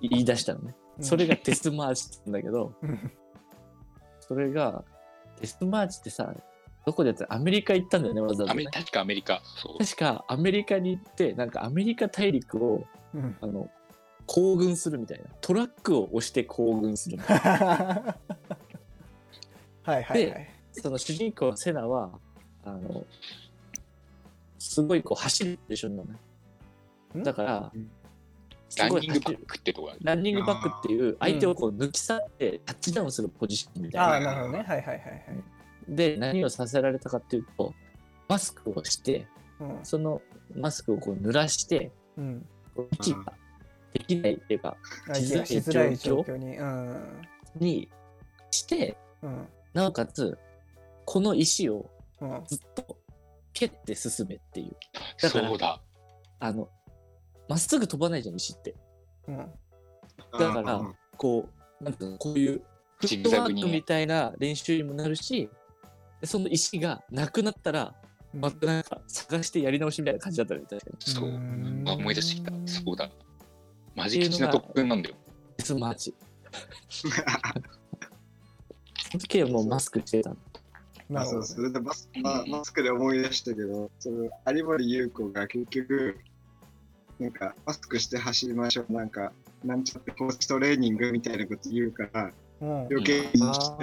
Speaker 1: 言い出したのね。それがテスマーチって言うんだけど、
Speaker 4: うん
Speaker 1: それがテスマーチってさ、どこでやったアメリカ行ったんだよね、わざわ
Speaker 3: ア
Speaker 1: ざ、
Speaker 3: メ
Speaker 1: ね
Speaker 3: リ。確かアメリカそう
Speaker 1: 確かアメリカに行って、なんかアメリカ大陸を
Speaker 4: うん
Speaker 1: あの行軍するみたいな。トラックを押して行軍するみたいな。
Speaker 4: はいはいはい
Speaker 1: その主人公のセナは、あの、すごいこう走るでしょ、ね、
Speaker 4: ん
Speaker 1: だから
Speaker 2: うん、
Speaker 1: す
Speaker 3: ラン
Speaker 1: ごい
Speaker 3: ニング
Speaker 1: 走
Speaker 3: バ
Speaker 1: る
Speaker 3: ックってとこだね
Speaker 1: ランニングバックっていう相手をこう抜き去ってタッチダウンするポジションみたいな
Speaker 4: あ。あなるほどねはいはいはいはい
Speaker 1: で何をさせられたかっていうとマスクをして
Speaker 4: うん
Speaker 1: そのマスクをこう濡らして
Speaker 4: うん
Speaker 1: こう息ができないっていうか
Speaker 4: あいやしづらい状況にうん
Speaker 1: にして
Speaker 4: うん
Speaker 1: なおかつこの石を
Speaker 4: うん
Speaker 1: ずっと蹴って進めっていうだから
Speaker 3: そうだ
Speaker 1: あのまっすぐ飛ばないじゃん石って
Speaker 4: うん
Speaker 1: だから
Speaker 2: うん
Speaker 1: こうなんていうのこういうフ
Speaker 3: ジ
Speaker 1: ッ
Speaker 3: グ
Speaker 1: ト
Speaker 3: ザ
Speaker 1: ワ
Speaker 3: グに
Speaker 1: ー
Speaker 3: ね
Speaker 1: クみたいな練習にもなるしでその石がなくなったら
Speaker 4: うん
Speaker 1: またなんか探してやり直しみたいな感じだったよね確かに
Speaker 3: そう
Speaker 4: うん
Speaker 3: あ思い出してきたそうだマジキチな特訓なんだよ
Speaker 1: デスマーチその時はもうマスクしてたの
Speaker 4: なる
Speaker 2: そ
Speaker 4: ほ
Speaker 2: う
Speaker 4: ど
Speaker 2: それでマス,、まあ、マスクで思い出したけど、その有森裕子が結局、なんかマスクして走りましょう、なんか、なんちゃってコーチトレーニングみたいなこと言うから、
Speaker 4: うん
Speaker 2: 余計にして、そ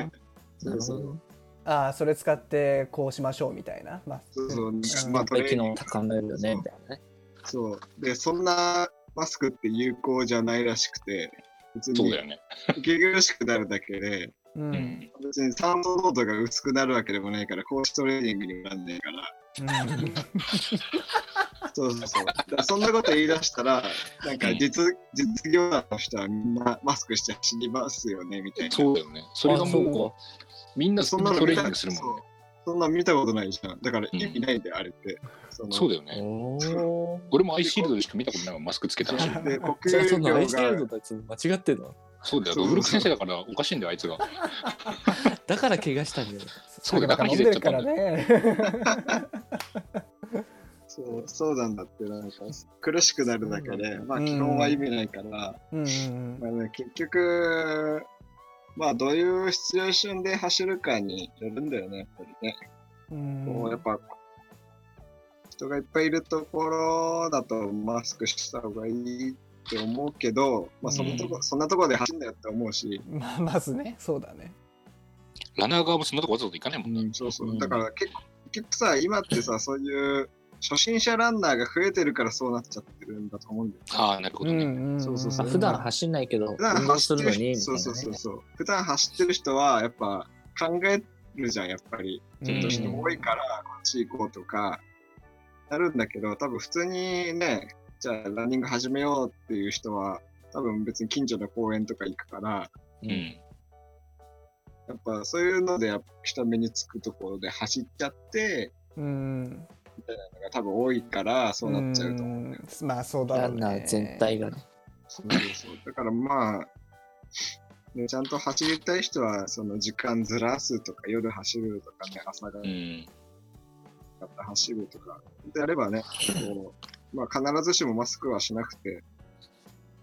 Speaker 2: うそ
Speaker 1: なるほ
Speaker 2: う
Speaker 4: ああそれ使ってこうしましょうみたいなまあ
Speaker 2: そうそう、
Speaker 4: ん
Speaker 2: ま
Speaker 1: や
Speaker 2: あ
Speaker 1: っぱ
Speaker 2: ト
Speaker 1: り
Speaker 2: レー
Speaker 1: 機
Speaker 2: ニン
Speaker 1: 能
Speaker 2: グ
Speaker 1: 高めるよねみたいなね
Speaker 2: そう。で、そんなマスクって有効じゃないらしくて、別
Speaker 3: そう
Speaker 2: に
Speaker 3: だよね
Speaker 2: 息苦しくなるだけで、
Speaker 4: う
Speaker 3: うんん
Speaker 2: 別に酸素濃度が薄くなるわけでもないから、コーチトレーニングにもなんねえから。そうそうそう。だからそんなこと言い出したら、なんか実実業団の人はみんなマスクして走りますよねみたいな。
Speaker 3: そうだよねそれが
Speaker 1: そう
Speaker 3: もうみんな
Speaker 2: そ
Speaker 3: そ
Speaker 2: ん
Speaker 3: ん
Speaker 2: な
Speaker 3: な
Speaker 2: の
Speaker 3: トレーニングするもん
Speaker 2: そ
Speaker 3: ね
Speaker 2: うそんな見たことないじゃん。だから意味ないんだよ、あれって。そ
Speaker 3: そうだよ
Speaker 1: か
Speaker 3: ね
Speaker 1: おー
Speaker 3: 俺もアイシールドでしか見たことないわマスクつけたら
Speaker 2: で、国
Speaker 1: じゃあ
Speaker 2: 有
Speaker 1: そ
Speaker 2: 業
Speaker 1: のアイシールド
Speaker 2: が
Speaker 1: といつも間違ってんの
Speaker 3: そうだよ
Speaker 2: そう
Speaker 3: ドブルク先生だからおかしいんだよあいつが
Speaker 1: だから怪我したんだよ
Speaker 3: そうだよ
Speaker 4: だから飲んでるからね
Speaker 2: そうそうなんだって、なんか苦しくなるだけで、まあ
Speaker 4: うん
Speaker 2: 基本は意味ないから、
Speaker 4: うんうん
Speaker 2: まあね、結局、まあどういうシチュエーションで走るかによるんだよね、やっぱりね。
Speaker 4: うん
Speaker 2: もうやっぱ、人がいっぱいいるところだとマスクした方がいいって思うけど、まあ、そのとこ、そんなところで走るんだよって思うし、
Speaker 4: まあまずねそうだね
Speaker 3: ランナー側もそんなとこわざわざ行かないもんね。
Speaker 2: そうそうう。
Speaker 1: ん
Speaker 2: だから結構、結局さ、今ってさ、そういう初心者ランナーが増えてるからそうなっちゃってるんだと思うんだよ。
Speaker 3: ああ、なるほどね。
Speaker 4: ん
Speaker 2: そうそうそ
Speaker 1: あ
Speaker 2: う
Speaker 1: 普段走んないけど、
Speaker 2: 普段
Speaker 1: 運動す
Speaker 2: 走
Speaker 1: る
Speaker 2: って
Speaker 1: の
Speaker 2: る
Speaker 1: に、み
Speaker 2: 人、
Speaker 1: た
Speaker 2: そ
Speaker 1: いう
Speaker 2: そ
Speaker 1: なね
Speaker 2: うそうそう。普段走ってる人は、やっぱ考えるじゃん、やっぱり。ちょっと人多いから、こっち行こうとか、なるんだけど、多分普通にね、じゃあランニング始めようっていう人は、多分別に近所の公園とか行くから、
Speaker 3: う
Speaker 1: うん
Speaker 3: ん。
Speaker 2: やっぱそういうので、やっぱ人目につくところで走っちゃって、
Speaker 4: うん
Speaker 2: が多分多いからそうなっちゃうと思うんだよ。
Speaker 4: んまあそうだろ
Speaker 1: ラ
Speaker 4: うね
Speaker 1: ンナー全体がね。
Speaker 2: そうそうだからまあ、ね、ちゃんと走りたい人はその時間ずらすとか夜走るとかね朝方
Speaker 3: うん。
Speaker 2: 走るとかであればねこう、まあ、必ずしもマスクはしなくて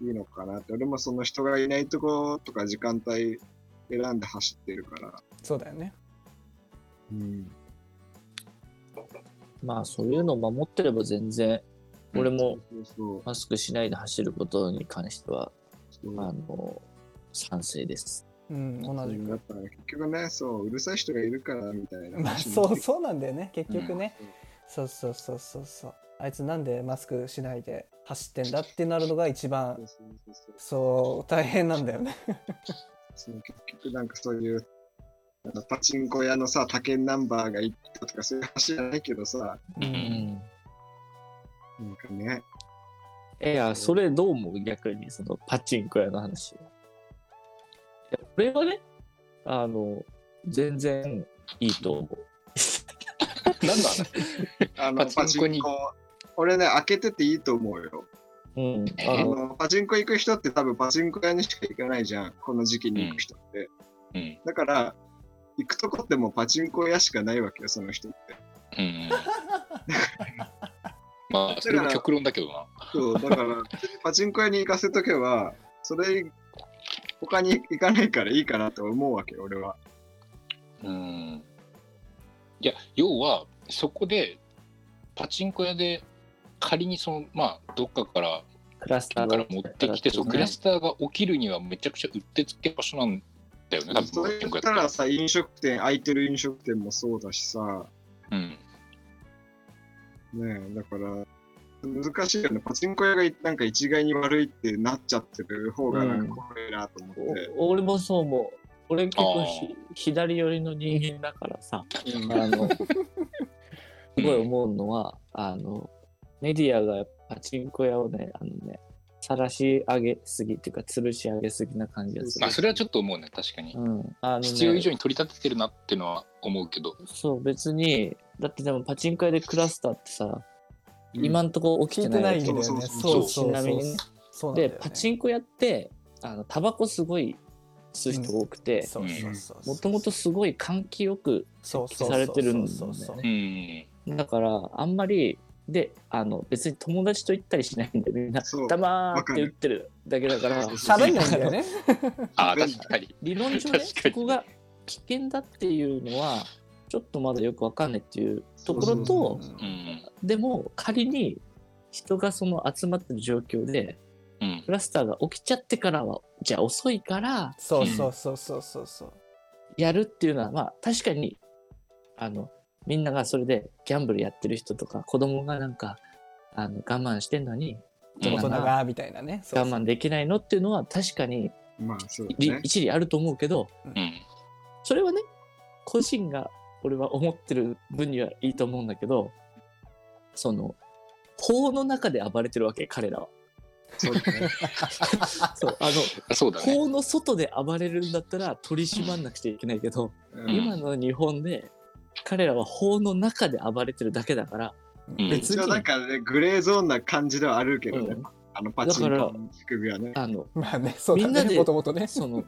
Speaker 2: いいのかなって俺もその人がいないとことか時間帯選んで走ってるから。
Speaker 4: そうだよね
Speaker 2: うん
Speaker 1: まあそういうのを守ってれば全然、
Speaker 3: うん
Speaker 1: 俺も
Speaker 2: そうそう
Speaker 1: マスクしないで走ることに関しては、
Speaker 2: そう
Speaker 1: あの、賛成です。
Speaker 4: うん同じ
Speaker 2: だから結局ねそううるさい人がいるからみたいな
Speaker 4: まあ そうそうなんだよね結局ね、
Speaker 2: うん
Speaker 4: そうそうそうそうそうあいつなんでマスクしないで走ってんだってなるのが一番
Speaker 2: そうそうそう
Speaker 4: そう大変なんだよね
Speaker 2: その結局なんかそういうあのパチンコ屋のさ他県ナンバーが行ったとかそういう話じゃないけどさ
Speaker 4: う
Speaker 1: うんん。
Speaker 2: なんかね
Speaker 1: いや、それどう思う逆に、そのパチンコ屋の話。いや俺はね、あの、全然いいと思う。
Speaker 3: なんだ
Speaker 2: あの
Speaker 3: パ
Speaker 2: パ
Speaker 3: チ
Speaker 2: チ
Speaker 3: ンコ
Speaker 2: ン
Speaker 3: に
Speaker 2: コ俺ね開けてていいと思うよ
Speaker 1: うん。
Speaker 3: え
Speaker 1: あ
Speaker 2: あ
Speaker 1: の、
Speaker 2: のパチンコ行く人って多分パチンコ屋にしか行かないじゃんこの時期に行く人って、
Speaker 3: うん。
Speaker 2: だから行くとこってもうパチンコ屋しかないわけよその人って
Speaker 3: うん。まあ、それも極論だけどな。
Speaker 2: そうだから パチンコ屋に行かせとけばそれ他に行かないからいいかなと思うわけよ俺は
Speaker 3: うん。いや、要は、そこで、パチンコ屋で、仮にその、まあ、どっかから、
Speaker 1: クラスター
Speaker 3: か
Speaker 1: が
Speaker 3: ら持ってきて、そう、クラスターが起きるにはめちゃくちゃうってつけ場所なんだよね、多
Speaker 2: そ
Speaker 3: 分、パ
Speaker 2: れ
Speaker 3: チンコ
Speaker 2: だ
Speaker 3: 屋
Speaker 2: った
Speaker 3: っ
Speaker 2: ら
Speaker 3: て。
Speaker 2: さ、飲食店、空いてる飲食店もそうだしさ、
Speaker 3: うん。
Speaker 2: ねえ、だから、難しいよね。パチンコ屋がなんか一概に悪いってなっちゃってる方がなんか怖いなと思って。
Speaker 1: お俺もそう思う。俺結構ひ左寄りの人間だからさ、あの、すごい思うのは、あの、メディアがパチンコ屋をね、あのね、晒し上げすぎっていうか、吊るし上げすぎな感じがする
Speaker 3: まあ、。それはちょっと思うね、確かに。
Speaker 1: うん。あのね
Speaker 3: 必要以上に取り立ててるなっていうのは思うけど。
Speaker 1: そう、別に、だってでもパチンコ屋でクラスターってさ、
Speaker 2: うん
Speaker 1: 今んとこ起き
Speaker 4: 聞
Speaker 1: て
Speaker 4: いて
Speaker 1: な
Speaker 4: ないい
Speaker 1: わ
Speaker 4: ん
Speaker 1: け
Speaker 4: だよね
Speaker 2: そう
Speaker 4: そ
Speaker 3: そ
Speaker 1: そう
Speaker 3: うう
Speaker 4: そうそう
Speaker 1: ちなみにね
Speaker 4: そう
Speaker 1: で、パチ
Speaker 4: ン
Speaker 1: ンコ屋って、あの、タバコすごい吸う人多くて、
Speaker 4: そうそうそう
Speaker 1: もともとすごい換気よく
Speaker 4: そうそう
Speaker 1: されてるんだよね
Speaker 4: そうそうそう
Speaker 3: うん。
Speaker 1: だからあんまりであの別に友達と行ったりしないんでみんな
Speaker 2: そ
Speaker 1: 「
Speaker 2: う
Speaker 1: 黙ーって打ってるだけだから
Speaker 4: 喋んないん だよね
Speaker 3: ああ、確かに。
Speaker 1: 理論上ね
Speaker 3: 確か
Speaker 1: そ
Speaker 3: に
Speaker 1: こが危険だっていうのはちょっとまだよくわかんないっていうところと
Speaker 2: そうそうそう
Speaker 3: うん。
Speaker 1: でも仮に人がその集まってる状況で
Speaker 3: うん
Speaker 1: ク。ラスターが起きちゃってからはじゃあ遅いから
Speaker 4: そうそうそうそうそうそう
Speaker 1: やるっていうのはまあ確かにあのみんながそれでギャンブルやってる人とか子供がなんかあの我慢してんのに
Speaker 4: 大
Speaker 1: うん
Speaker 4: 人がみたいなねそう
Speaker 1: 我
Speaker 4: そう
Speaker 1: 慢できないのっていうのは確かに
Speaker 2: まあ、そうだ
Speaker 1: り
Speaker 2: ね。
Speaker 1: 一理あると思うけど
Speaker 3: うん。
Speaker 1: それはね個人が俺は思ってる分にはいいと思うんだけどその法の中で暴れてるわけ彼らは。
Speaker 2: そうだね。
Speaker 1: そうあの
Speaker 3: そうだね。
Speaker 1: 法の外で暴れるんだったら取り締まんなくちゃいけないけど、
Speaker 2: うん
Speaker 1: 今の日本で彼らは法の中で暴れてるだけだから、
Speaker 3: うん
Speaker 1: 別
Speaker 2: 一応
Speaker 1: に
Speaker 2: なんかね、グレーゾーンな感じではあるけどね。
Speaker 1: うん
Speaker 2: あのパチンコの仕組みはね。
Speaker 1: あの
Speaker 4: まあねそうだ
Speaker 1: みんな
Speaker 4: ね
Speaker 1: で
Speaker 4: もともとね
Speaker 1: その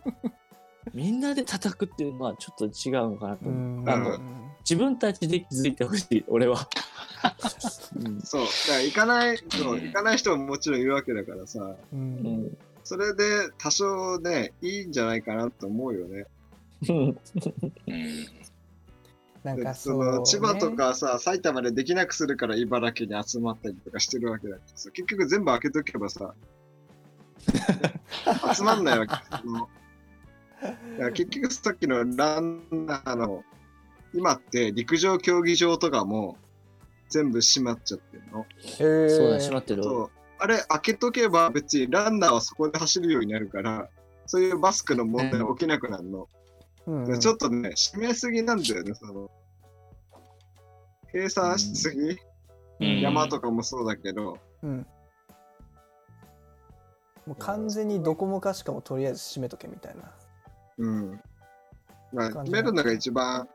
Speaker 1: みんなで叩くっていうのはちょっと違うのかなと、
Speaker 4: うん
Speaker 1: あ
Speaker 2: の
Speaker 1: 自分たちで気づいてほしい俺は。うん
Speaker 2: そう。だから行かない、そう
Speaker 3: うん
Speaker 2: 行かない人ももちろんいるわけだからさ、
Speaker 4: う
Speaker 1: うんん
Speaker 2: それで多少ね、いいんじゃないかなと思うよね。
Speaker 1: うん
Speaker 3: うん。
Speaker 4: なん
Speaker 2: で
Speaker 4: か
Speaker 2: そ
Speaker 4: そう、ね、
Speaker 2: の千葉とかさ、埼玉でできなくするから茨城に集まったりとかしてるわけだけどさ結局全部開けとけば さ集まんないわけそのだから結局さっきのランナーの今って陸上競技場とかも全部閉まっちゃってるの、
Speaker 4: へー
Speaker 1: そうだ、閉まってる。
Speaker 2: そうあれ開けとけば別にランナーはそこで走るようになるからそういうマスクの問題は起きなくなるの、
Speaker 4: うんうん
Speaker 2: ちょっとね、締めすぎなんだよね、その。計算しすぎ、
Speaker 3: うん
Speaker 2: 山とかもそうだけど、
Speaker 4: うんもう完全にどこもかしかもとりあえず閉めとけみたいな
Speaker 2: うん。まあ、決
Speaker 4: 感じ
Speaker 2: めるのが一番、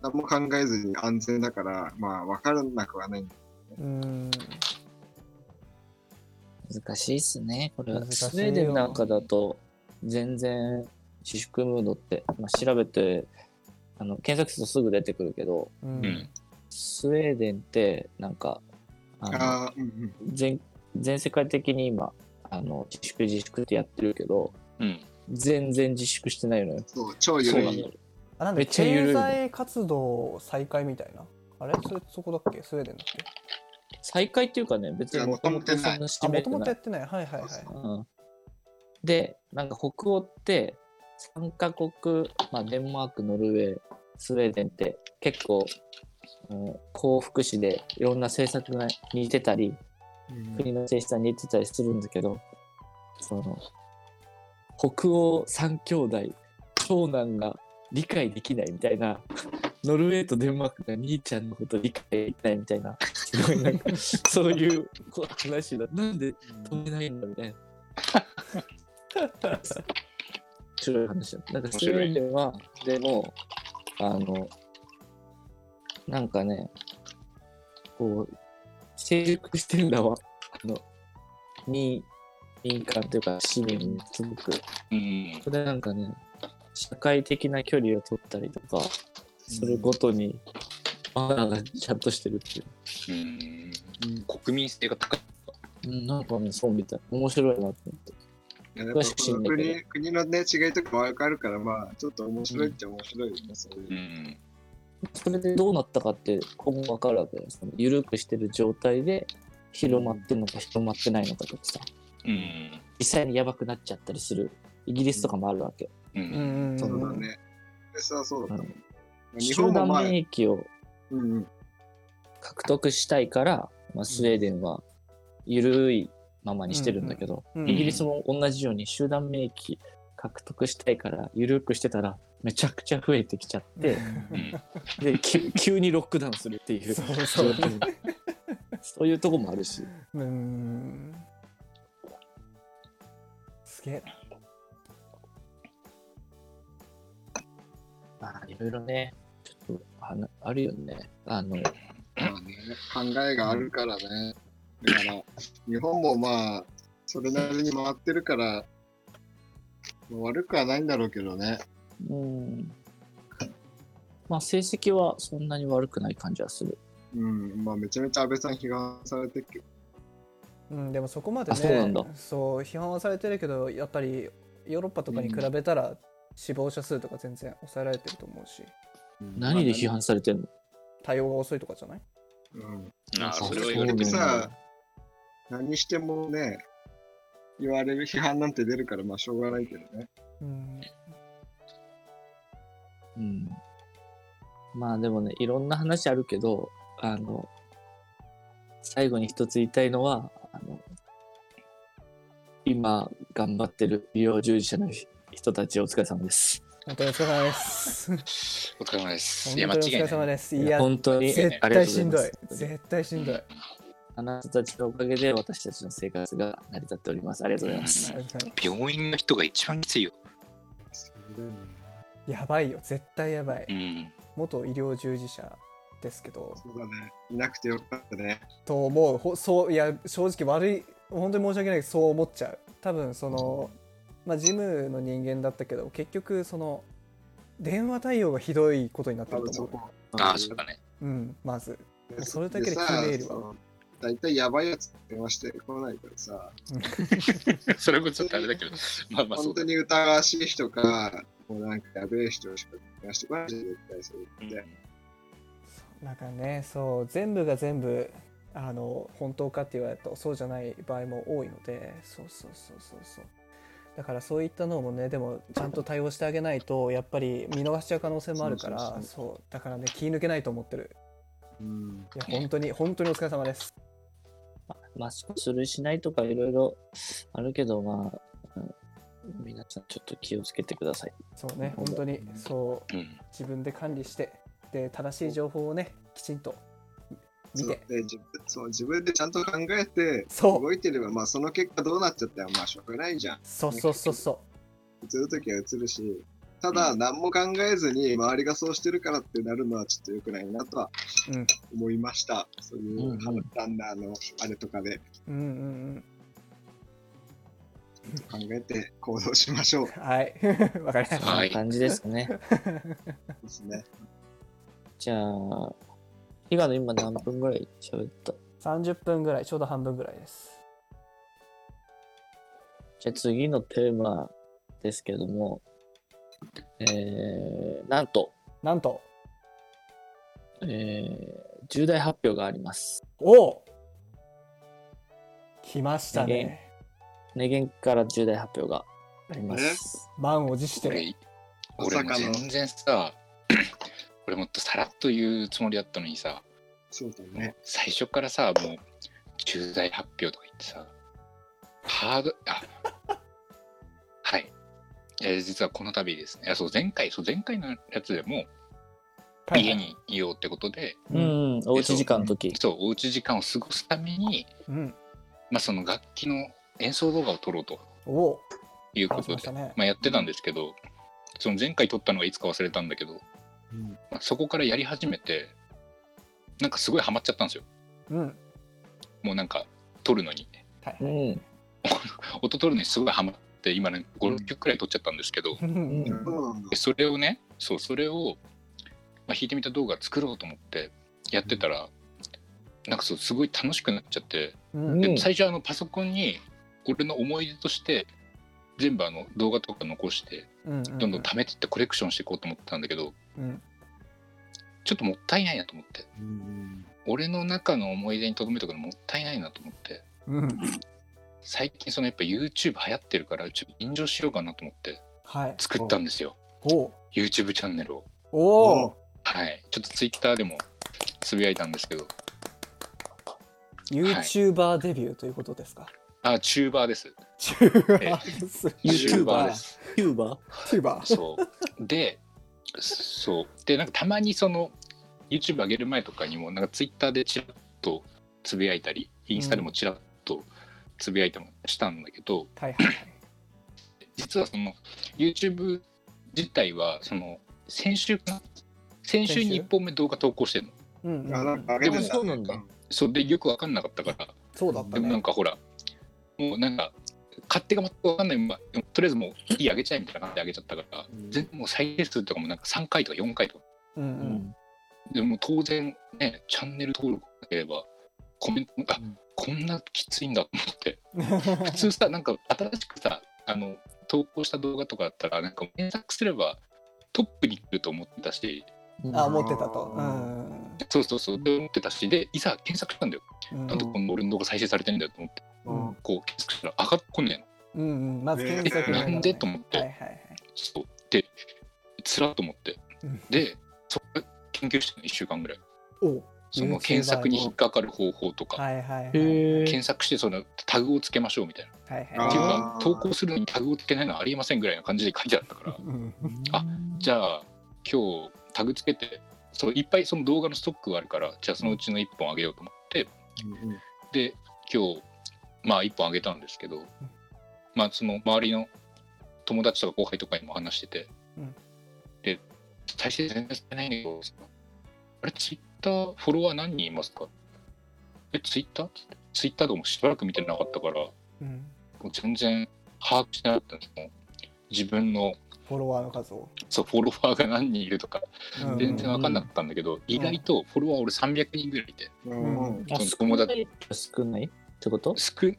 Speaker 2: 何も考えずに安全だから、まあ、分からなくはない。
Speaker 4: うん
Speaker 1: 難しいっすね、これは。
Speaker 4: 難しいよ
Speaker 1: スウェーデンなんかだと、全然自粛ムードって、まあ、調べて、あの検索するとすぐ出てくるけど、
Speaker 4: う
Speaker 3: うんん
Speaker 1: スウェーデンって、なんか、あの
Speaker 2: ああ、うん
Speaker 1: 全全世界的に今、あの自粛自粛ってやってるけど、
Speaker 3: うん
Speaker 1: 全然自粛してないのよ。
Speaker 2: うん。そう、超
Speaker 1: そう
Speaker 2: 緩
Speaker 1: なの
Speaker 2: い
Speaker 1: よ。
Speaker 4: あなん
Speaker 1: め
Speaker 4: で
Speaker 1: っちゃ緩い
Speaker 4: 経
Speaker 1: の
Speaker 4: 済活動再開みたいなあれそれそこだっけスウェーデンだっけ
Speaker 1: 再開っていうかね、別にもともとそんな
Speaker 4: あ
Speaker 1: 閉
Speaker 4: も
Speaker 1: めて
Speaker 4: ともと
Speaker 1: な
Speaker 4: や
Speaker 1: い
Speaker 4: っ。てないはいはいはい
Speaker 1: うんで、なんか北欧って3カ国、まあ、デンマーク、ノルウェー、スウェーデンって結構、うん、幸福市でいろんな政策が似てたり、国の性質が似てたりするんだけど、その、北欧3兄弟、長男が理解できないみたいな、 ノルウェーとデンマークが兄ちゃんのこと理解できないみたいな、 すごいなんか、そういうこ話だ。なんで止めないんだみたいな。面白い話だ。なんかスウェーデンは、でも、あの、なんかね、こう、成熟してるんだわ。あの、民民間というか市民にすごく。
Speaker 3: うん
Speaker 1: それなんかね、社会的な距離を取ったりとか、するごとに、マナーがちゃんとしてるっていう。
Speaker 3: うん国民性が高い
Speaker 1: うん、なんかね、そうみたい。面白いなって思って。
Speaker 2: やっぱ
Speaker 1: 詳しく知んないけど
Speaker 2: 国国のね、違いとか分かるから、まあ、ちょっと面白いっちゃ面白いよね、そういうう。
Speaker 3: ん
Speaker 1: それでどうなったかって今後わかるわけです。その緩くしてる状態で広まってんのか広まってないのかとかさ、
Speaker 3: うん
Speaker 1: 実際にやばくなっちゃったりするイギリスとかもあるわけ。
Speaker 3: う
Speaker 4: うんん
Speaker 2: そうだね。それはそうだったもん。日
Speaker 1: 集
Speaker 2: 本も
Speaker 1: 団
Speaker 2: まあ、うん
Speaker 1: 免疫を
Speaker 2: うん。
Speaker 1: 獲得したいから、まあ、スウェーデンは緩いままにしてるんだけど、
Speaker 4: うん
Speaker 1: イギリスも同じように集団免疫獲得したいから緩くしてたらめちゃくちゃ増えてきちゃって、
Speaker 3: うん
Speaker 1: で急 急にロックダウンするっていう
Speaker 4: そうそう
Speaker 1: 状況 そういうとこもあるし。
Speaker 4: うんすげえな
Speaker 1: まあ、いろいろね、ちょっとあのあるよね。あの、
Speaker 2: まあね、考えがあるからね。だから、日本もまあ、それなりに回ってるから、まあ悪くはないんだろうけどね。
Speaker 1: うん。まあ、成績はそんなに悪くない感じはする。
Speaker 2: うん、まあ、めちゃめちゃ安倍さん批判されてるけど、
Speaker 4: うん、でもそこまでね
Speaker 1: あそうなんだ
Speaker 4: そう批判はされてるけどやっぱりヨーロッパとかに比べたら死亡者数とか全然抑えられてると思うし
Speaker 1: 何で批判されてんの
Speaker 4: 対応が遅いとかじゃない
Speaker 2: うん。
Speaker 3: あ
Speaker 1: そう
Speaker 3: それは言われ
Speaker 2: 結
Speaker 3: て
Speaker 2: 局
Speaker 3: る
Speaker 2: さ、何してもね、言われる批判なんて出るから、まあ、しょうがないけどね。
Speaker 4: うん
Speaker 1: うん。まあ、でもね、いろんな話あるけど、あの、最後に一つ言いたいのは、あの、今頑張ってる医療従事者の人たちお疲れ様です。
Speaker 4: 本当にお疲れ様です
Speaker 3: お疲れ様ですいや
Speaker 4: 本
Speaker 3: 間
Speaker 4: 当
Speaker 3: 違
Speaker 4: にお
Speaker 3: いない
Speaker 4: 疲れ様ですい
Speaker 1: い
Speaker 4: や
Speaker 1: や、本当に
Speaker 4: 絶
Speaker 1: ありが
Speaker 4: 対
Speaker 1: とうござ
Speaker 4: し
Speaker 1: い
Speaker 4: ん
Speaker 1: ま
Speaker 4: どい
Speaker 1: す。
Speaker 4: 絶対しんどい、
Speaker 1: あなたたちのおかげで私たちの生活が成り立っております。ありがとうございます。
Speaker 3: 病院の人が一番きついよ
Speaker 4: やばいよ絶対やばい
Speaker 3: うん
Speaker 4: 元医療従事者ですけど
Speaker 2: そうだね。いなくてよかったね。
Speaker 4: と思うほそういや正直悪い本当に申し訳ないけどそう思っちゃう多分そのまあジムの人間だったけど結局その電話対応がひどいことになって
Speaker 2: 多
Speaker 4: る
Speaker 2: 分
Speaker 4: と
Speaker 2: そ
Speaker 4: 思
Speaker 2: こ。
Speaker 3: ああそう だね
Speaker 4: う、うん、まず
Speaker 2: で
Speaker 4: もうそれだけで
Speaker 2: さ
Speaker 4: 決めるわ
Speaker 2: そう大体やばいやつ電話してこないからさ。
Speaker 3: それこそあれだけどまあまあそ
Speaker 2: 本
Speaker 3: うだ
Speaker 2: 当
Speaker 3: ね
Speaker 2: に疑わしい人か、もうなんかやべえ人しか出してこないじゃん絶対そう
Speaker 3: う
Speaker 2: 言
Speaker 3: ん
Speaker 2: って。
Speaker 4: なんかねそう全部が全部あの本当かって言われるとそうじゃない場合も多いのでそうそうそうそうそうだからそういったのもねでもちゃんと対応してあげないとやっぱり見逃しちゃう可能性もあるから
Speaker 2: そうそう
Speaker 4: そうだからね気抜けないと思ってる
Speaker 2: うん
Speaker 4: いや本当に本当にお疲れ様です
Speaker 1: マスクするしないとかいろいろあるけど、まあ、うん皆さんちょっと気をつけてください。
Speaker 4: そうね本当にそう
Speaker 3: うん
Speaker 4: 自分で管理してで正しい情報をねきちんと
Speaker 2: そ
Speaker 4: 見て
Speaker 2: うで自分そう自分でちゃんと考えて
Speaker 4: そう
Speaker 2: 動いてれば、まあ、その結果どうなっちゃったらまあしょうがないじゃん。
Speaker 4: そうそうそうそ
Speaker 2: 映るときは映るし、ただ何も考えずに周りがそうしてるからってなるのはちょっと良くないなとは
Speaker 4: ううん
Speaker 2: 思いました。そう
Speaker 1: う
Speaker 2: い
Speaker 1: んう
Speaker 2: うんランナーのあれとかで
Speaker 4: うんうん
Speaker 2: 考えて行動しましょう
Speaker 4: うんはい わかりまし
Speaker 1: こん
Speaker 3: は
Speaker 1: ない感じですかね。
Speaker 2: ですね。
Speaker 1: じゃあ、伊賀の今何分ぐらい喋った
Speaker 4: た30分ぐらいちょうど半分ぐらいです
Speaker 1: じゃあ次のテーマですけども、えー、なんと、
Speaker 4: なんと
Speaker 1: えー、重大発表があります。
Speaker 4: おお来ましたね
Speaker 1: ネゲンから重大発表があります。
Speaker 4: 満を持し
Speaker 3: 俺
Speaker 4: て
Speaker 2: ま
Speaker 3: 俺
Speaker 2: さ
Speaker 3: も
Speaker 2: かの
Speaker 3: 全然さ 俺もっとさらっと言うつもりだったのにさ
Speaker 2: そうだね。
Speaker 3: 最初からさもう重大発表とか言ってさハードあ はい、えー実はこの度ですねいやそう前回そう前回のやつでも
Speaker 4: はい
Speaker 3: 家にいようってことで、
Speaker 1: うん、うん、おうち時間の時。
Speaker 3: そうおうち時間を過ごすために、
Speaker 4: うん
Speaker 3: まあ、その楽器の演奏動画を撮ろうと
Speaker 4: おお
Speaker 3: いうこ
Speaker 4: 話し
Speaker 3: と
Speaker 4: まし
Speaker 3: で
Speaker 4: たね
Speaker 3: まあ、やってたんですけど、その前回撮ったのがいつか忘れたんだけど、
Speaker 2: うん
Speaker 3: まあそこからやり始めてなんかすごいハマっちゃったんですよ
Speaker 4: うん
Speaker 3: もうなんか撮るのに
Speaker 4: はい
Speaker 1: うん、
Speaker 3: 音撮るのにすごいハマって今ね56曲くらい撮っちゃったんですけど、
Speaker 4: うんうん
Speaker 1: うん
Speaker 2: そうなんだ
Speaker 3: で。それをねそうそれを、まあ、弾いてみた動画作ろうと思ってやってたら、なんかそうすごい楽しくなっちゃって、
Speaker 4: うん
Speaker 1: うん
Speaker 3: で最初あのパソコンに俺の思い出として全部あの動画とか残して
Speaker 4: うん
Speaker 3: どんどん貯めてってコレクションしていこうと思ってたんだけど、
Speaker 4: うん
Speaker 3: ちょっともったいないなと思って
Speaker 2: うん
Speaker 3: 俺の中の思い出に留めとくのもったいないなと思って
Speaker 4: うん
Speaker 3: 最近そのやっぱ YouTube 流行ってるからちょっと便乗しようかなと思って
Speaker 4: はい
Speaker 3: 作ったんですよ
Speaker 4: おお
Speaker 3: YouTube チャンネルを
Speaker 4: おお
Speaker 2: お
Speaker 3: はいちょっと Twitter でもつぶやいたんですけど
Speaker 4: YouTuber デビューということですか
Speaker 3: あチューバーです
Speaker 4: チューバーです
Speaker 3: チューバーです
Speaker 1: キューバ
Speaker 4: チューバー
Speaker 3: そうでそうでなんかたまにその YouTube 上げる前とかにもなんか Twitter でちらっとつぶやいたりインスタでもちらっとつぶやいたりもしたんだけど、
Speaker 4: はいはいはい
Speaker 3: 実はその YouTube 自体はその先週かな先週に
Speaker 4: 先週
Speaker 3: 1本目動画投稿してるの
Speaker 4: うんう
Speaker 2: ー
Speaker 4: ん
Speaker 2: あなんか
Speaker 1: で
Speaker 2: 上
Speaker 1: も
Speaker 2: げてた
Speaker 1: そうなんだ。
Speaker 3: それでよく分かんなかったから
Speaker 4: そうだった
Speaker 3: でもなん
Speaker 4: ね
Speaker 3: かほらもうなんか勝手が全く分かんないままとりあえずもういい上げちゃえみたいな感じで上げちゃったから
Speaker 2: うん
Speaker 3: 全もう再生数とかもなんか3回とか4回とか
Speaker 4: うん
Speaker 1: う
Speaker 4: うん
Speaker 1: ん。
Speaker 3: でも当然ねチャンネル登録なければコメントもあ
Speaker 2: うん
Speaker 3: こんなきついんだと思って 普通さなんか新しくさあの投稿した動画とかだったらなんか検索すればトップに来ると思ってたし
Speaker 4: あ持ってたとうん
Speaker 3: そうそうそうで思ってたしでいざ検索したんだよ
Speaker 4: うん
Speaker 3: なんでこんな俺の動画再生されてんだよと思って
Speaker 2: うん
Speaker 3: こう検索したら上がってこんねえの
Speaker 4: うんうんまず検
Speaker 2: ね
Speaker 4: 索だからね
Speaker 3: なんでと思って
Speaker 4: はいはいはい
Speaker 3: そうでつらっと思って
Speaker 4: うん
Speaker 3: でそれ研究しての1週間ぐらい
Speaker 4: お
Speaker 3: その検索に引っかかる方法とか
Speaker 4: はいはいはい
Speaker 1: へえ。
Speaker 3: 検索してそのタグをつけましょうみたいな
Speaker 4: はい
Speaker 2: あー
Speaker 3: っていう
Speaker 4: は
Speaker 3: か投稿するのにタグをつけないのはありえませんぐらいな感じで書いてあったから
Speaker 4: いうん
Speaker 3: あじゃあ今日タグつけてそういっぱいその動画のストックがあるからじゃあそのうちの1本あげようと思って
Speaker 2: うん
Speaker 3: で今日まあ1本あげたんですけど、まあその周りの友達とか後輩とかにも話してて、
Speaker 4: うん
Speaker 3: で再生全然されないんだけどあれツイッターフォロワー何人いますかえツイッターってツイッターとかもしばらく見てなかったからも
Speaker 4: うん
Speaker 3: う全然把握してなかったんですもう自分の
Speaker 4: フォロワーの数を
Speaker 3: そうフォロワーが何人いるとか
Speaker 4: うん
Speaker 3: 全然分かんなかったんだけど、意外とフォロワー俺300人ぐらいいて
Speaker 2: うん
Speaker 4: うん
Speaker 1: あ
Speaker 3: その友達
Speaker 1: 少ないってこと
Speaker 3: 少い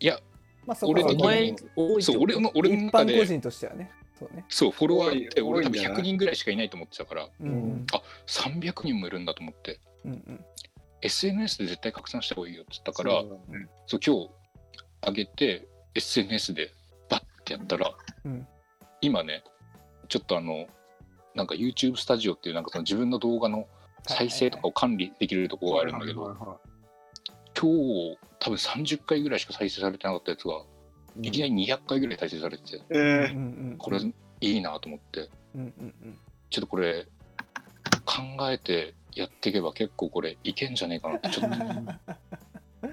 Speaker 3: や
Speaker 4: まあそこは
Speaker 3: 俺
Speaker 1: お
Speaker 3: の
Speaker 1: 前多いってこと
Speaker 3: そう俺の俺の
Speaker 4: 一
Speaker 3: 中
Speaker 4: 般個
Speaker 3: で
Speaker 4: 人としてはねそうね。
Speaker 3: そうフォロワーって
Speaker 2: 多い
Speaker 3: 俺
Speaker 2: 多い
Speaker 3: 多
Speaker 2: ん
Speaker 3: 分
Speaker 2: じゃない
Speaker 3: 100人ぐらいしかいないと思ってたから
Speaker 4: うんうん
Speaker 3: 300人もいるんだと思って
Speaker 4: うんうん
Speaker 3: SNS で絶対拡散した方がいいよって言ったから
Speaker 2: そうだね
Speaker 3: そう今日上げて SNS でバッてやったら
Speaker 4: うん
Speaker 3: 今ねちょっとあのなんか YouTube スタジオっていうなんかその自分の動画の再生とかを管理できるところがあるんだけど、
Speaker 2: はいはいはい
Speaker 3: 今日多分30回ぐらいしか再生されてなかったやつがいきなり200回ぐらい再生されてて
Speaker 4: うん
Speaker 2: え
Speaker 4: うん
Speaker 3: これいいなと思って
Speaker 4: うんうんうん
Speaker 3: ちょっとこれ考えてやっていけば結構これいけんじゃねえかなってちょっ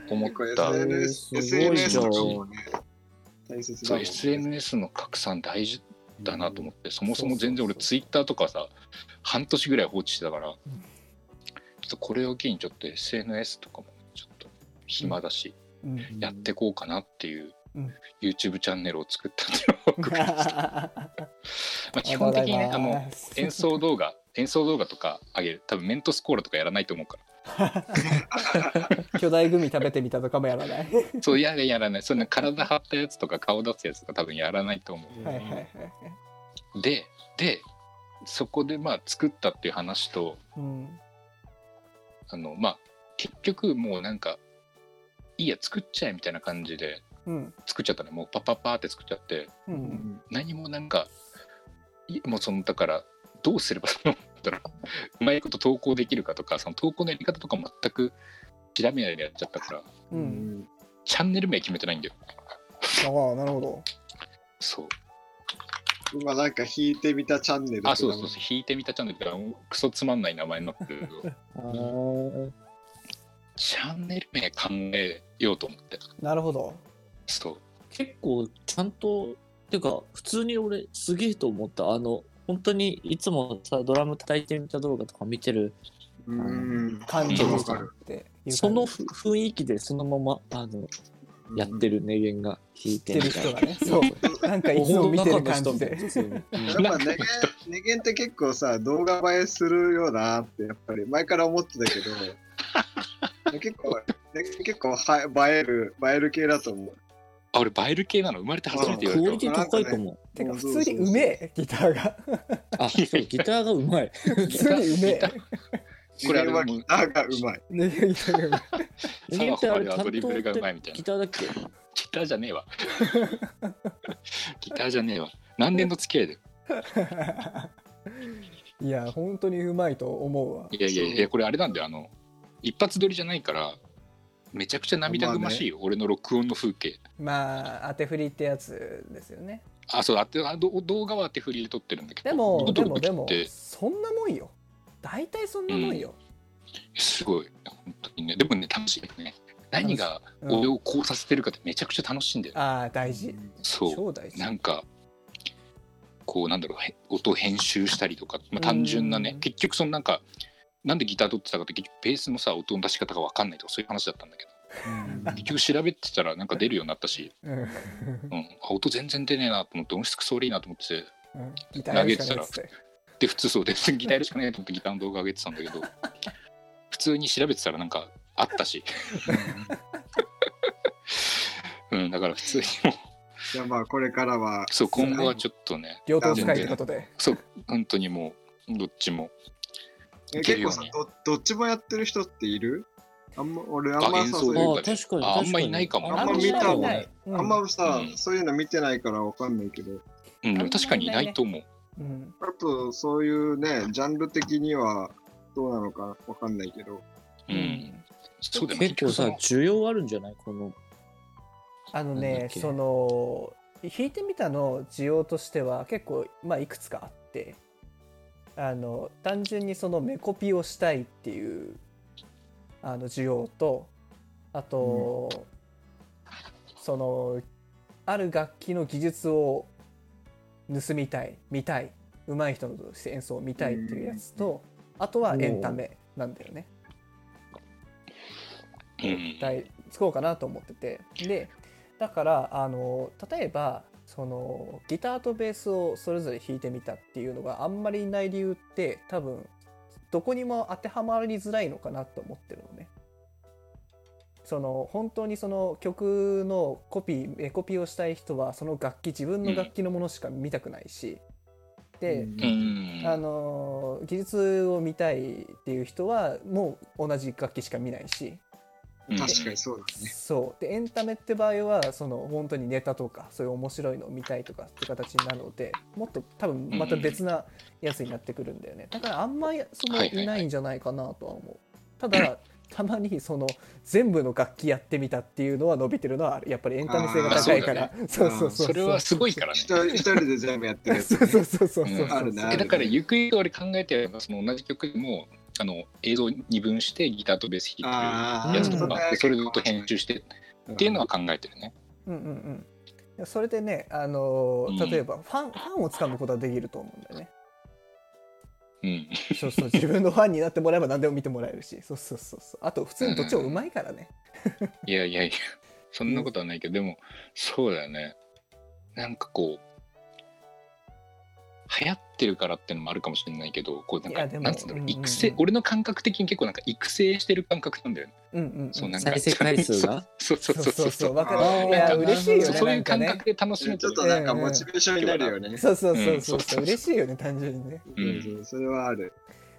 Speaker 3: と思っ
Speaker 2: ー、これ
Speaker 3: た
Speaker 2: SNS,
Speaker 1: すごいじ
Speaker 2: SNS
Speaker 1: ゃ
Speaker 2: と
Speaker 1: ん
Speaker 2: かもね、大切だ
Speaker 3: そ
Speaker 2: もん
Speaker 3: う
Speaker 2: ね
Speaker 3: SNS の拡散大事だなと思ってそもそも全然俺
Speaker 4: そうそ
Speaker 3: Twitter とかさ半年ぐらい放置してたからちょっとこれを機にちょっと SNS とかもちょっと暇だし
Speaker 4: うん
Speaker 3: やってこうかなっていう
Speaker 4: うん
Speaker 3: YouTube チャンネルを作ったっていうのを僕がまあ基本的にねあ の演奏動画演奏動画とかあげる多分メントスコーラとかやらないと思う か
Speaker 4: 巨大グミ食べてみたとかもやらない
Speaker 3: らそういややらないそんな体張ったやつとか顔出すやつとか多分やらないと思
Speaker 4: はいはいはい、はい、
Speaker 3: うででそこでまあ作ったっていう話と
Speaker 4: うん
Speaker 3: あのまあ結局もうなんかいいや作っちゃえみたいな感じで
Speaker 4: うん
Speaker 3: 作っちゃったねもうパッパッパーって作っちゃって
Speaker 2: う
Speaker 4: う
Speaker 2: んん
Speaker 3: 何もなんかい もうそのだからどうすればその だろううまいこと投稿できるかとかその投稿のやり方とかも全く調べないでやっちゃったから
Speaker 4: う
Speaker 2: うんん
Speaker 3: チャンネル名決めてないんだよ
Speaker 4: ああなるほど
Speaker 3: そう
Speaker 2: 今なんか弾いてみたチャンネルとか
Speaker 3: あそうそうそう弾いてみたチャンネルだからクソつまんない名前になってるけど
Speaker 1: うん
Speaker 3: チャンネル名考えようと思って
Speaker 4: なるほど
Speaker 3: そう
Speaker 1: 結構ちゃんとてか普通に俺すげえと思ったあの本当にいつもさドラム叩いてみた動画とか見てる
Speaker 2: うん
Speaker 4: 感
Speaker 2: わ
Speaker 4: じで
Speaker 2: かる
Speaker 4: したっていう感じ
Speaker 1: そのふ雰囲気でそのままあのやってる音源が弾いて
Speaker 4: 知って
Speaker 1: みたい
Speaker 4: る人
Speaker 1: な
Speaker 4: がねそうなんかいつも見てる感じ
Speaker 1: お風呂の中
Speaker 4: で
Speaker 1: の人も普通に
Speaker 2: やっぱネゲンネゲンって結構さ動画映えするよなってやっぱり前から思ってたけど 結構ネゲン結構は映える映える系だと思う
Speaker 3: あ俺バイル系なの生まれて初めて言
Speaker 1: ク
Speaker 3: わ
Speaker 1: オ
Speaker 3: れ
Speaker 1: リテ
Speaker 3: た
Speaker 1: ィ高いと思う。
Speaker 4: てか普通にうめえギターが
Speaker 1: あ、そう、ギターがうまい。
Speaker 4: 普通にうめえ
Speaker 3: こ
Speaker 2: こ
Speaker 3: れ
Speaker 2: れ
Speaker 3: あれ
Speaker 2: はギターがうまい
Speaker 4: ねギターがうめえ
Speaker 3: 佐賀穂香はアドリブルがうまいみたいな
Speaker 1: ギターだっけ
Speaker 3: ギターじゃね えわギターじゃねえわ何年の付き合いだよ
Speaker 4: いや本当にうまいと思うわ
Speaker 3: いやいやいやこれあれなんだよあの一発撮りじゃないからめちゃくちゃ涙ぐましいよ、俺の録音の風景
Speaker 4: まあ当て振りってやつですよね
Speaker 3: あそうあってあど動画は当て振りで撮ってるんだけど
Speaker 4: でも
Speaker 3: 僕
Speaker 4: で
Speaker 3: 撮る
Speaker 4: も
Speaker 3: 時
Speaker 4: でも
Speaker 3: って
Speaker 4: そんなもんよ大体そんなもんよ、
Speaker 3: すごい本当にねでもね楽しいよね何が
Speaker 4: うん
Speaker 3: 俺をこうさせてるかってめちゃくちゃ楽しいんだよ、
Speaker 4: ああ大事
Speaker 3: そ
Speaker 4: 超大
Speaker 3: う
Speaker 4: 事
Speaker 3: なんかこうなんだろうへ音編集したりとか、まあ、単純なね
Speaker 4: うん
Speaker 3: 結局そのなんかなんでギター撮ってたかって結局ベースのさ音の出し方が分かんないとかそういう話だったんだけど結局調べてたらなんか出るようになったし、
Speaker 4: うん
Speaker 3: うん、あ音全然出ねえなと思って音質クソ悪いなと思ってて
Speaker 4: うんギターやるしかないっつって
Speaker 3: で普通そうでギターやるしかないと思ってギターの動画上げてたんだけど普通に調べてたらなんかあったし、 うん、だから普通にもう
Speaker 2: じゃあまあこれからは
Speaker 3: そう今後はちょっとね
Speaker 4: 両方使いってことで
Speaker 3: そう本当にもうどっちも
Speaker 2: え
Speaker 3: いける
Speaker 2: 結
Speaker 3: よ
Speaker 2: 構
Speaker 3: う
Speaker 2: さ
Speaker 3: に
Speaker 2: どどっちもやってる人っているあんま俺あん
Speaker 3: あ
Speaker 2: ま
Speaker 3: 演
Speaker 2: さ
Speaker 3: 奏
Speaker 2: そう
Speaker 3: 動
Speaker 2: いう
Speaker 1: あ
Speaker 3: 画
Speaker 1: 確かに確かに。
Speaker 3: ああんまいないかも
Speaker 2: あんま見た
Speaker 4: い
Speaker 2: もん
Speaker 4: ない、う
Speaker 2: あんまさ、
Speaker 3: うん
Speaker 2: そういうの見てないからわかんないけど
Speaker 3: うん、でも確かにいないと思う
Speaker 4: うん
Speaker 2: あとそういうねジャンル的にはどうなのかわかんないけど
Speaker 3: うん、そうだよね
Speaker 1: 結構さ、
Speaker 3: 結局
Speaker 1: 需要あるんじゃないこの。
Speaker 4: あの
Speaker 1: なんだ
Speaker 4: ね
Speaker 1: っけ
Speaker 4: その弾いてみたの需要としては結構、まあ、いくつかあってあの単純にそのメコピをしたいっていうあの需要とあと、そのある楽器の技術を盗みたい見たい上手い人の演奏を見たいっていうやつと、あとはエンタメなんだよね。
Speaker 3: そのうん
Speaker 4: 大作ろうかなと思っててでだからあの例えばそのギターとベースをそれぞれ弾いてみたっていうのがあんまりいない理由って多分どこにも当てはまりづらいのかなと思ってるのね。その本当にその曲のコピーエコピーをしたい人はその楽器自分の楽器のものしか見たくないし、で、
Speaker 3: うん
Speaker 4: あのー技術を見たいっていう人はもう同じ楽器しか見ないし、
Speaker 2: 確かにそうだね。
Speaker 4: そうでエンタメって場合はその本当にネタとかそういう面白いのを見たいとかって形なのでもっと多分また別なやつになってくるんだよねだからあんまりその
Speaker 3: はいはいはい
Speaker 4: いないんじゃないかなとは思う、ただたまにその全部の楽器やってみたっていうのは伸びてるのはやっぱりエンタメ性が高いからそう,、
Speaker 2: あーそううだ
Speaker 4: そ
Speaker 2: ね
Speaker 4: そう
Speaker 3: それはすごいからね
Speaker 2: 一人一人で全部やってるやつ
Speaker 4: そうそうそうそうそうそう
Speaker 3: うん
Speaker 2: あるな
Speaker 3: えだからゆくゆく俺考えてるのはその同じ曲でもあの映像二分してギターとベース弾いてる
Speaker 2: ああ、
Speaker 3: やつと
Speaker 4: うん
Speaker 3: かでそれずっと編集してっていうのは考えてるね。
Speaker 4: うんうんうんいやそれでね、あのー
Speaker 3: うん
Speaker 4: 例えばファン、ファンをつかむことはできると思うんだよね。
Speaker 3: うん、
Speaker 4: そうそう自分のファンになってもらえば何でも見てもらえるしそうそうそうそうあと普通にどっちもうまいからね、
Speaker 3: いやいやいやそんなことはないけどでもそうだよねなんかこう流行ってるからってのもあるかもしれないけどこうなん
Speaker 4: いや
Speaker 3: か
Speaker 4: でも
Speaker 3: なんつうんだろ
Speaker 4: う
Speaker 3: うん
Speaker 4: うんうん
Speaker 3: 育成俺の感覚的に結構なんか育成してる感覚なんだよね。
Speaker 4: うん、うんうん
Speaker 3: そうなんか
Speaker 1: 再生回数 が
Speaker 3: そうそうそうそうそう
Speaker 4: わかる
Speaker 2: あー
Speaker 4: いや
Speaker 3: なんか
Speaker 4: 嬉しいよね
Speaker 3: そうそういう感
Speaker 4: なん
Speaker 3: 覚で楽し
Speaker 2: ちょ
Speaker 3: め
Speaker 2: って
Speaker 3: る
Speaker 2: となんかモチベーションになるよね。
Speaker 4: そうそうそうそう
Speaker 3: うん
Speaker 4: そう嬉しいよね単純にね
Speaker 3: うん
Speaker 2: うんそれはある。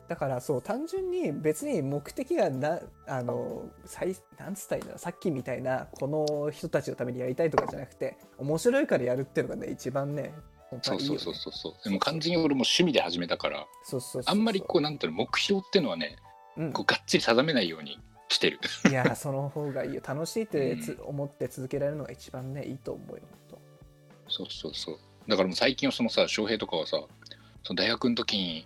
Speaker 4: だからそう単純に別に目的がなあの最なんつったらいいんだろうさっきみたいなこの人たちのためにやりたいとかじゃなくて面白いからやるっていうのがね一番ね本当
Speaker 3: そ
Speaker 4: は
Speaker 3: う
Speaker 4: いいよ
Speaker 3: そう
Speaker 4: ね
Speaker 3: そうそうそう。でも完全に俺も趣味で始めたから、
Speaker 4: そうそうそう
Speaker 3: あんまりこうなんていうの目標ってのはね、
Speaker 4: う、うん
Speaker 3: こうがっちり定めないようにしてる。
Speaker 4: いやその方がいいよ楽しいってつ思って続けられるのが一番ねいいと思うよ本
Speaker 3: そうそうそう。だからもう最近はそのさ、翔平とかはさ、その大学の時に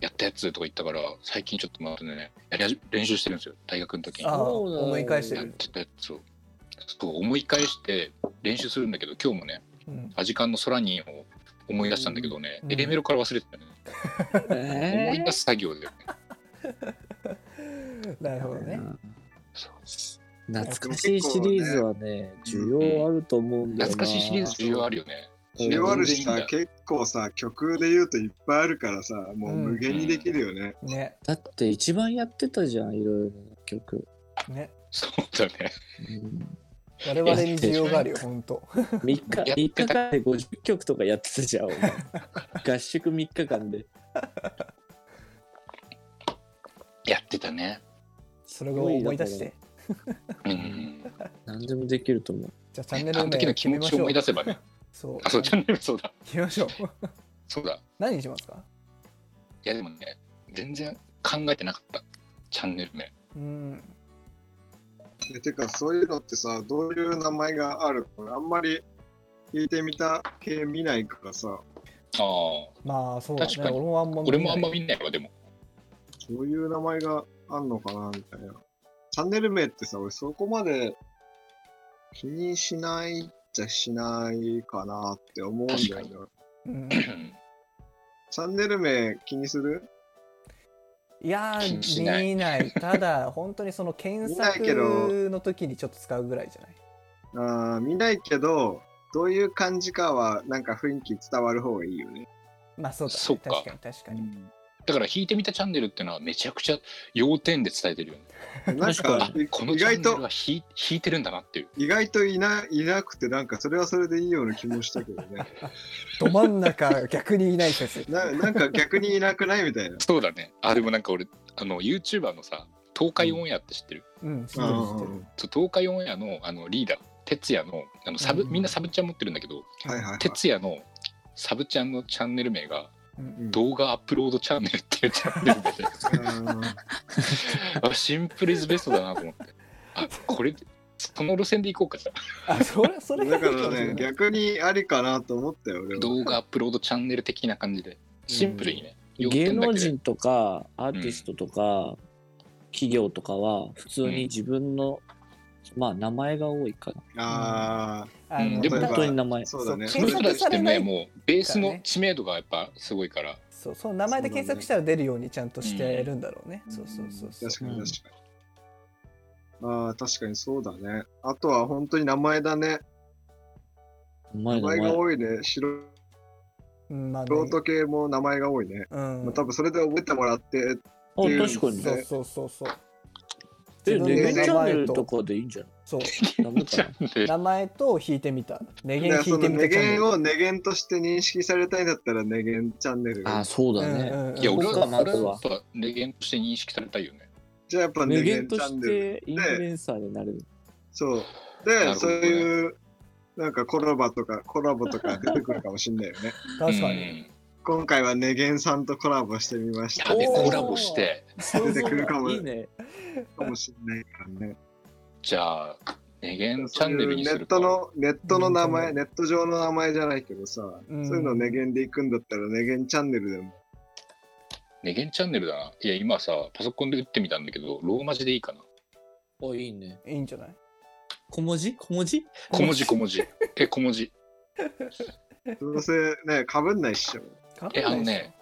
Speaker 3: やったやつとか言ったから、最近ちょっとまたね、やりはじ練習してるんですよ。大学の時に
Speaker 4: 当ああ
Speaker 1: そうなの
Speaker 4: 思い返して
Speaker 3: やっ
Speaker 4: る、
Speaker 3: てたやつを。そう思い返して練習するんだけど、今日もね、
Speaker 4: うん、
Speaker 3: アジカンの空にを思い出したんだけどね、
Speaker 4: うん
Speaker 3: A メロから忘れてたね。思い出す作業だよね。
Speaker 4: なるほどね
Speaker 3: そう
Speaker 1: 懐かしいシリーズはね、需要あると思うんだよな。
Speaker 3: 懐かしいシリーズ重要あるよね。
Speaker 2: 需要あるし
Speaker 3: う
Speaker 2: さ
Speaker 3: ん、
Speaker 2: 結構さ、曲で言うといっぱいあるからさ、もう無限にできるよね。
Speaker 4: ね
Speaker 1: だって一番やってたじゃん、いろいろな曲。
Speaker 4: ね
Speaker 3: そうだね。
Speaker 1: うん、
Speaker 4: 我々に需要があるよ本当
Speaker 1: 3日、3日間で50曲とかやってたじゃん、お前 合宿3日間で。
Speaker 3: やってたね。
Speaker 4: それを思い出して
Speaker 3: うん。
Speaker 1: 何でもできると思う。
Speaker 4: じゃあチャンネ
Speaker 3: あ
Speaker 4: ル
Speaker 3: の
Speaker 4: 名
Speaker 3: 時の
Speaker 4: 決
Speaker 3: 気
Speaker 4: め
Speaker 3: 持
Speaker 4: ま
Speaker 3: ち
Speaker 4: し
Speaker 3: を
Speaker 4: ょう
Speaker 3: 思い出せばね。
Speaker 4: そう
Speaker 3: あ、そう、チャ
Speaker 4: 決
Speaker 3: ンネル、そうだ。
Speaker 4: めましょう
Speaker 3: そうだ。
Speaker 4: 何にしますか
Speaker 3: いや、でもね、全然考えてなかった。チャンネル名。
Speaker 4: うん
Speaker 2: えてか、そういうのってさ、どういう名前があるのあんまり聞いてみた系見ないからさ、
Speaker 3: ああ。
Speaker 4: まあそうだね
Speaker 3: 確かに
Speaker 4: 俺もあんま
Speaker 3: 俺もあんま
Speaker 4: 見
Speaker 3: 見ないわ、でも。
Speaker 2: どういう名前があんのかなみたいな。チャンネル名ってさ、俺そこまで気にしないっちゃしないかなって思うんだよね
Speaker 3: 確。
Speaker 4: うん
Speaker 2: チャンネル名気にする
Speaker 4: いや
Speaker 3: 気にしな
Speaker 4: ー
Speaker 3: い
Speaker 4: 見ないただ本当にその検
Speaker 2: 見ないけ
Speaker 4: 索
Speaker 2: ど
Speaker 4: の時にちょっと使うぐらいじゃない
Speaker 2: あー見ないけど、どういう感じかは、なんか雰囲気伝わる方がいい よね。
Speaker 4: まあそうだ
Speaker 3: そ
Speaker 4: ね
Speaker 3: っか
Speaker 4: 確かに確かに
Speaker 3: だから、弾いてみたチャンネルってのは、めちゃくちゃ要点で伝えてるよね。
Speaker 2: なん
Speaker 1: 確
Speaker 2: か
Speaker 1: か、
Speaker 2: い
Speaker 3: この
Speaker 2: 意
Speaker 3: チャン
Speaker 2: 外
Speaker 3: ネル
Speaker 2: と、
Speaker 3: は弾い弾いてるんだなっていう。
Speaker 2: 意外といないなくて、なんかそれはそれでいいような気もしたけどね。
Speaker 4: ど真ん中逆にいない説
Speaker 2: ななんか逆にいなくないみたいな。
Speaker 3: そうだね。あ、でもなんか俺、あの、YouTuber のさ、東海オンエアって知ってる
Speaker 4: うん知って
Speaker 2: う
Speaker 4: る
Speaker 2: ん
Speaker 4: 知
Speaker 2: うん
Speaker 4: って
Speaker 2: う
Speaker 4: る
Speaker 2: ん
Speaker 3: そう東海オンエアのあのリーダー、哲也の、あのサブ、
Speaker 4: うん
Speaker 3: みんなサブチャン持ってるんだけど、
Speaker 2: はいはいはい。
Speaker 3: 哲也のサブチャンのチャンネル名
Speaker 2: う
Speaker 3: が、
Speaker 2: ん
Speaker 3: 動画アップロードチャンネルっていうチャンネルで、
Speaker 2: うん
Speaker 3: あシンプルイズベストだなと思ってあこれその路線で行こうかじゃあ
Speaker 4: あそれそれが
Speaker 2: だ
Speaker 4: いいか
Speaker 2: か
Speaker 4: もし
Speaker 2: ら
Speaker 4: れ
Speaker 2: ね、
Speaker 4: ない
Speaker 2: 逆にありかなと思ったよ、俺は。
Speaker 3: 動画アップロードチャンネル的な感じでシンプルにね、要
Speaker 1: 芸
Speaker 3: 点だけで
Speaker 1: 能人とか、アーティストとか、企業とかは、普通に自分の、まあ、名前が多いかな。
Speaker 2: あ
Speaker 4: あの
Speaker 3: うんでも
Speaker 1: 本当に名前
Speaker 2: あ、。そうだね。
Speaker 4: そう
Speaker 3: そうだとしてもね
Speaker 4: 検索されない
Speaker 3: もうベースの知名度がやっぱすごいから
Speaker 4: そうその名前で検索したら出るようにちゃんとしてるんだろうね。そうそうそうそう。
Speaker 2: 確かに確かに。ああ、確かにそうだね。あとは本当に名前だね。
Speaker 1: 名前
Speaker 2: 名
Speaker 1: 名
Speaker 2: 前が
Speaker 1: 前。
Speaker 2: 多いね。素
Speaker 4: うんまあね
Speaker 2: 人系も名前が多いね。
Speaker 4: うん
Speaker 2: まあ、多分それで覚えてもらって、
Speaker 1: あ、確か
Speaker 2: い
Speaker 1: に
Speaker 2: い
Speaker 4: そ
Speaker 2: ね
Speaker 4: うそうそうそう。
Speaker 1: え
Speaker 4: 自分
Speaker 1: レゲエ
Speaker 4: の
Speaker 1: チャ
Speaker 4: 名
Speaker 1: ンネ
Speaker 4: 前
Speaker 1: ル
Speaker 4: と
Speaker 1: とかでいいんじゃない
Speaker 4: そう
Speaker 1: ダメかな
Speaker 4: 名前と弾いてみたネ
Speaker 2: だ
Speaker 4: ゲ
Speaker 2: から
Speaker 4: ン弾
Speaker 2: そ
Speaker 4: い
Speaker 2: の
Speaker 4: てみ
Speaker 2: ネ
Speaker 4: たチャンネ
Speaker 2: ゲン
Speaker 4: ル
Speaker 2: をネゲンとして認識されたいんだったらネゲンチャンネル
Speaker 1: あ
Speaker 2: が
Speaker 1: あ、そうだね。
Speaker 4: うんうんうん
Speaker 3: いや、俺
Speaker 1: 僕
Speaker 3: は、
Speaker 1: はまず
Speaker 3: 俺
Speaker 1: は
Speaker 3: はやっぱ、レゲンとして認識されたいよね。
Speaker 2: じゃあやっぱネ
Speaker 1: 無
Speaker 2: ゲン
Speaker 1: 限
Speaker 2: チ
Speaker 1: と
Speaker 2: ャン
Speaker 1: し
Speaker 2: ネル
Speaker 1: てインフルエンサーになる。
Speaker 2: そう
Speaker 3: な
Speaker 2: で
Speaker 3: るほ
Speaker 2: そ
Speaker 3: ど
Speaker 2: う
Speaker 3: ね
Speaker 2: いうなんかコラボとかコラボとか出てくるかもしんない よね
Speaker 4: 確か
Speaker 3: う
Speaker 4: に
Speaker 3: ん
Speaker 2: 今回はネゲンさんとコラボしてみました
Speaker 3: やべ、
Speaker 4: おー
Speaker 3: コラボして、
Speaker 2: 出てくるかも
Speaker 1: いいね。
Speaker 2: かもしんないからね
Speaker 3: じゃあ、レゲンチャンネルに
Speaker 2: そう
Speaker 3: す
Speaker 2: いうネッ
Speaker 3: る
Speaker 2: ト
Speaker 3: か。
Speaker 2: のネットの名
Speaker 4: う
Speaker 2: 前
Speaker 4: ん
Speaker 2: ネット上の名前じゃないけどさ、
Speaker 4: うん
Speaker 2: そういうのネゲンで行くんだったらネゲンチャンネル でも
Speaker 3: レゲンチャンネルだな。いや、今さ、パソコンで打ってみたんだけど、ローマ字でいいかな。
Speaker 1: お、いいね。
Speaker 4: いいんじゃない
Speaker 1: 小文字小文字
Speaker 3: 小文字、小文字。え、小文字。
Speaker 2: どうせねかぶんないっしょ、
Speaker 4: かっこい
Speaker 3: え、
Speaker 4: い
Speaker 3: あのね、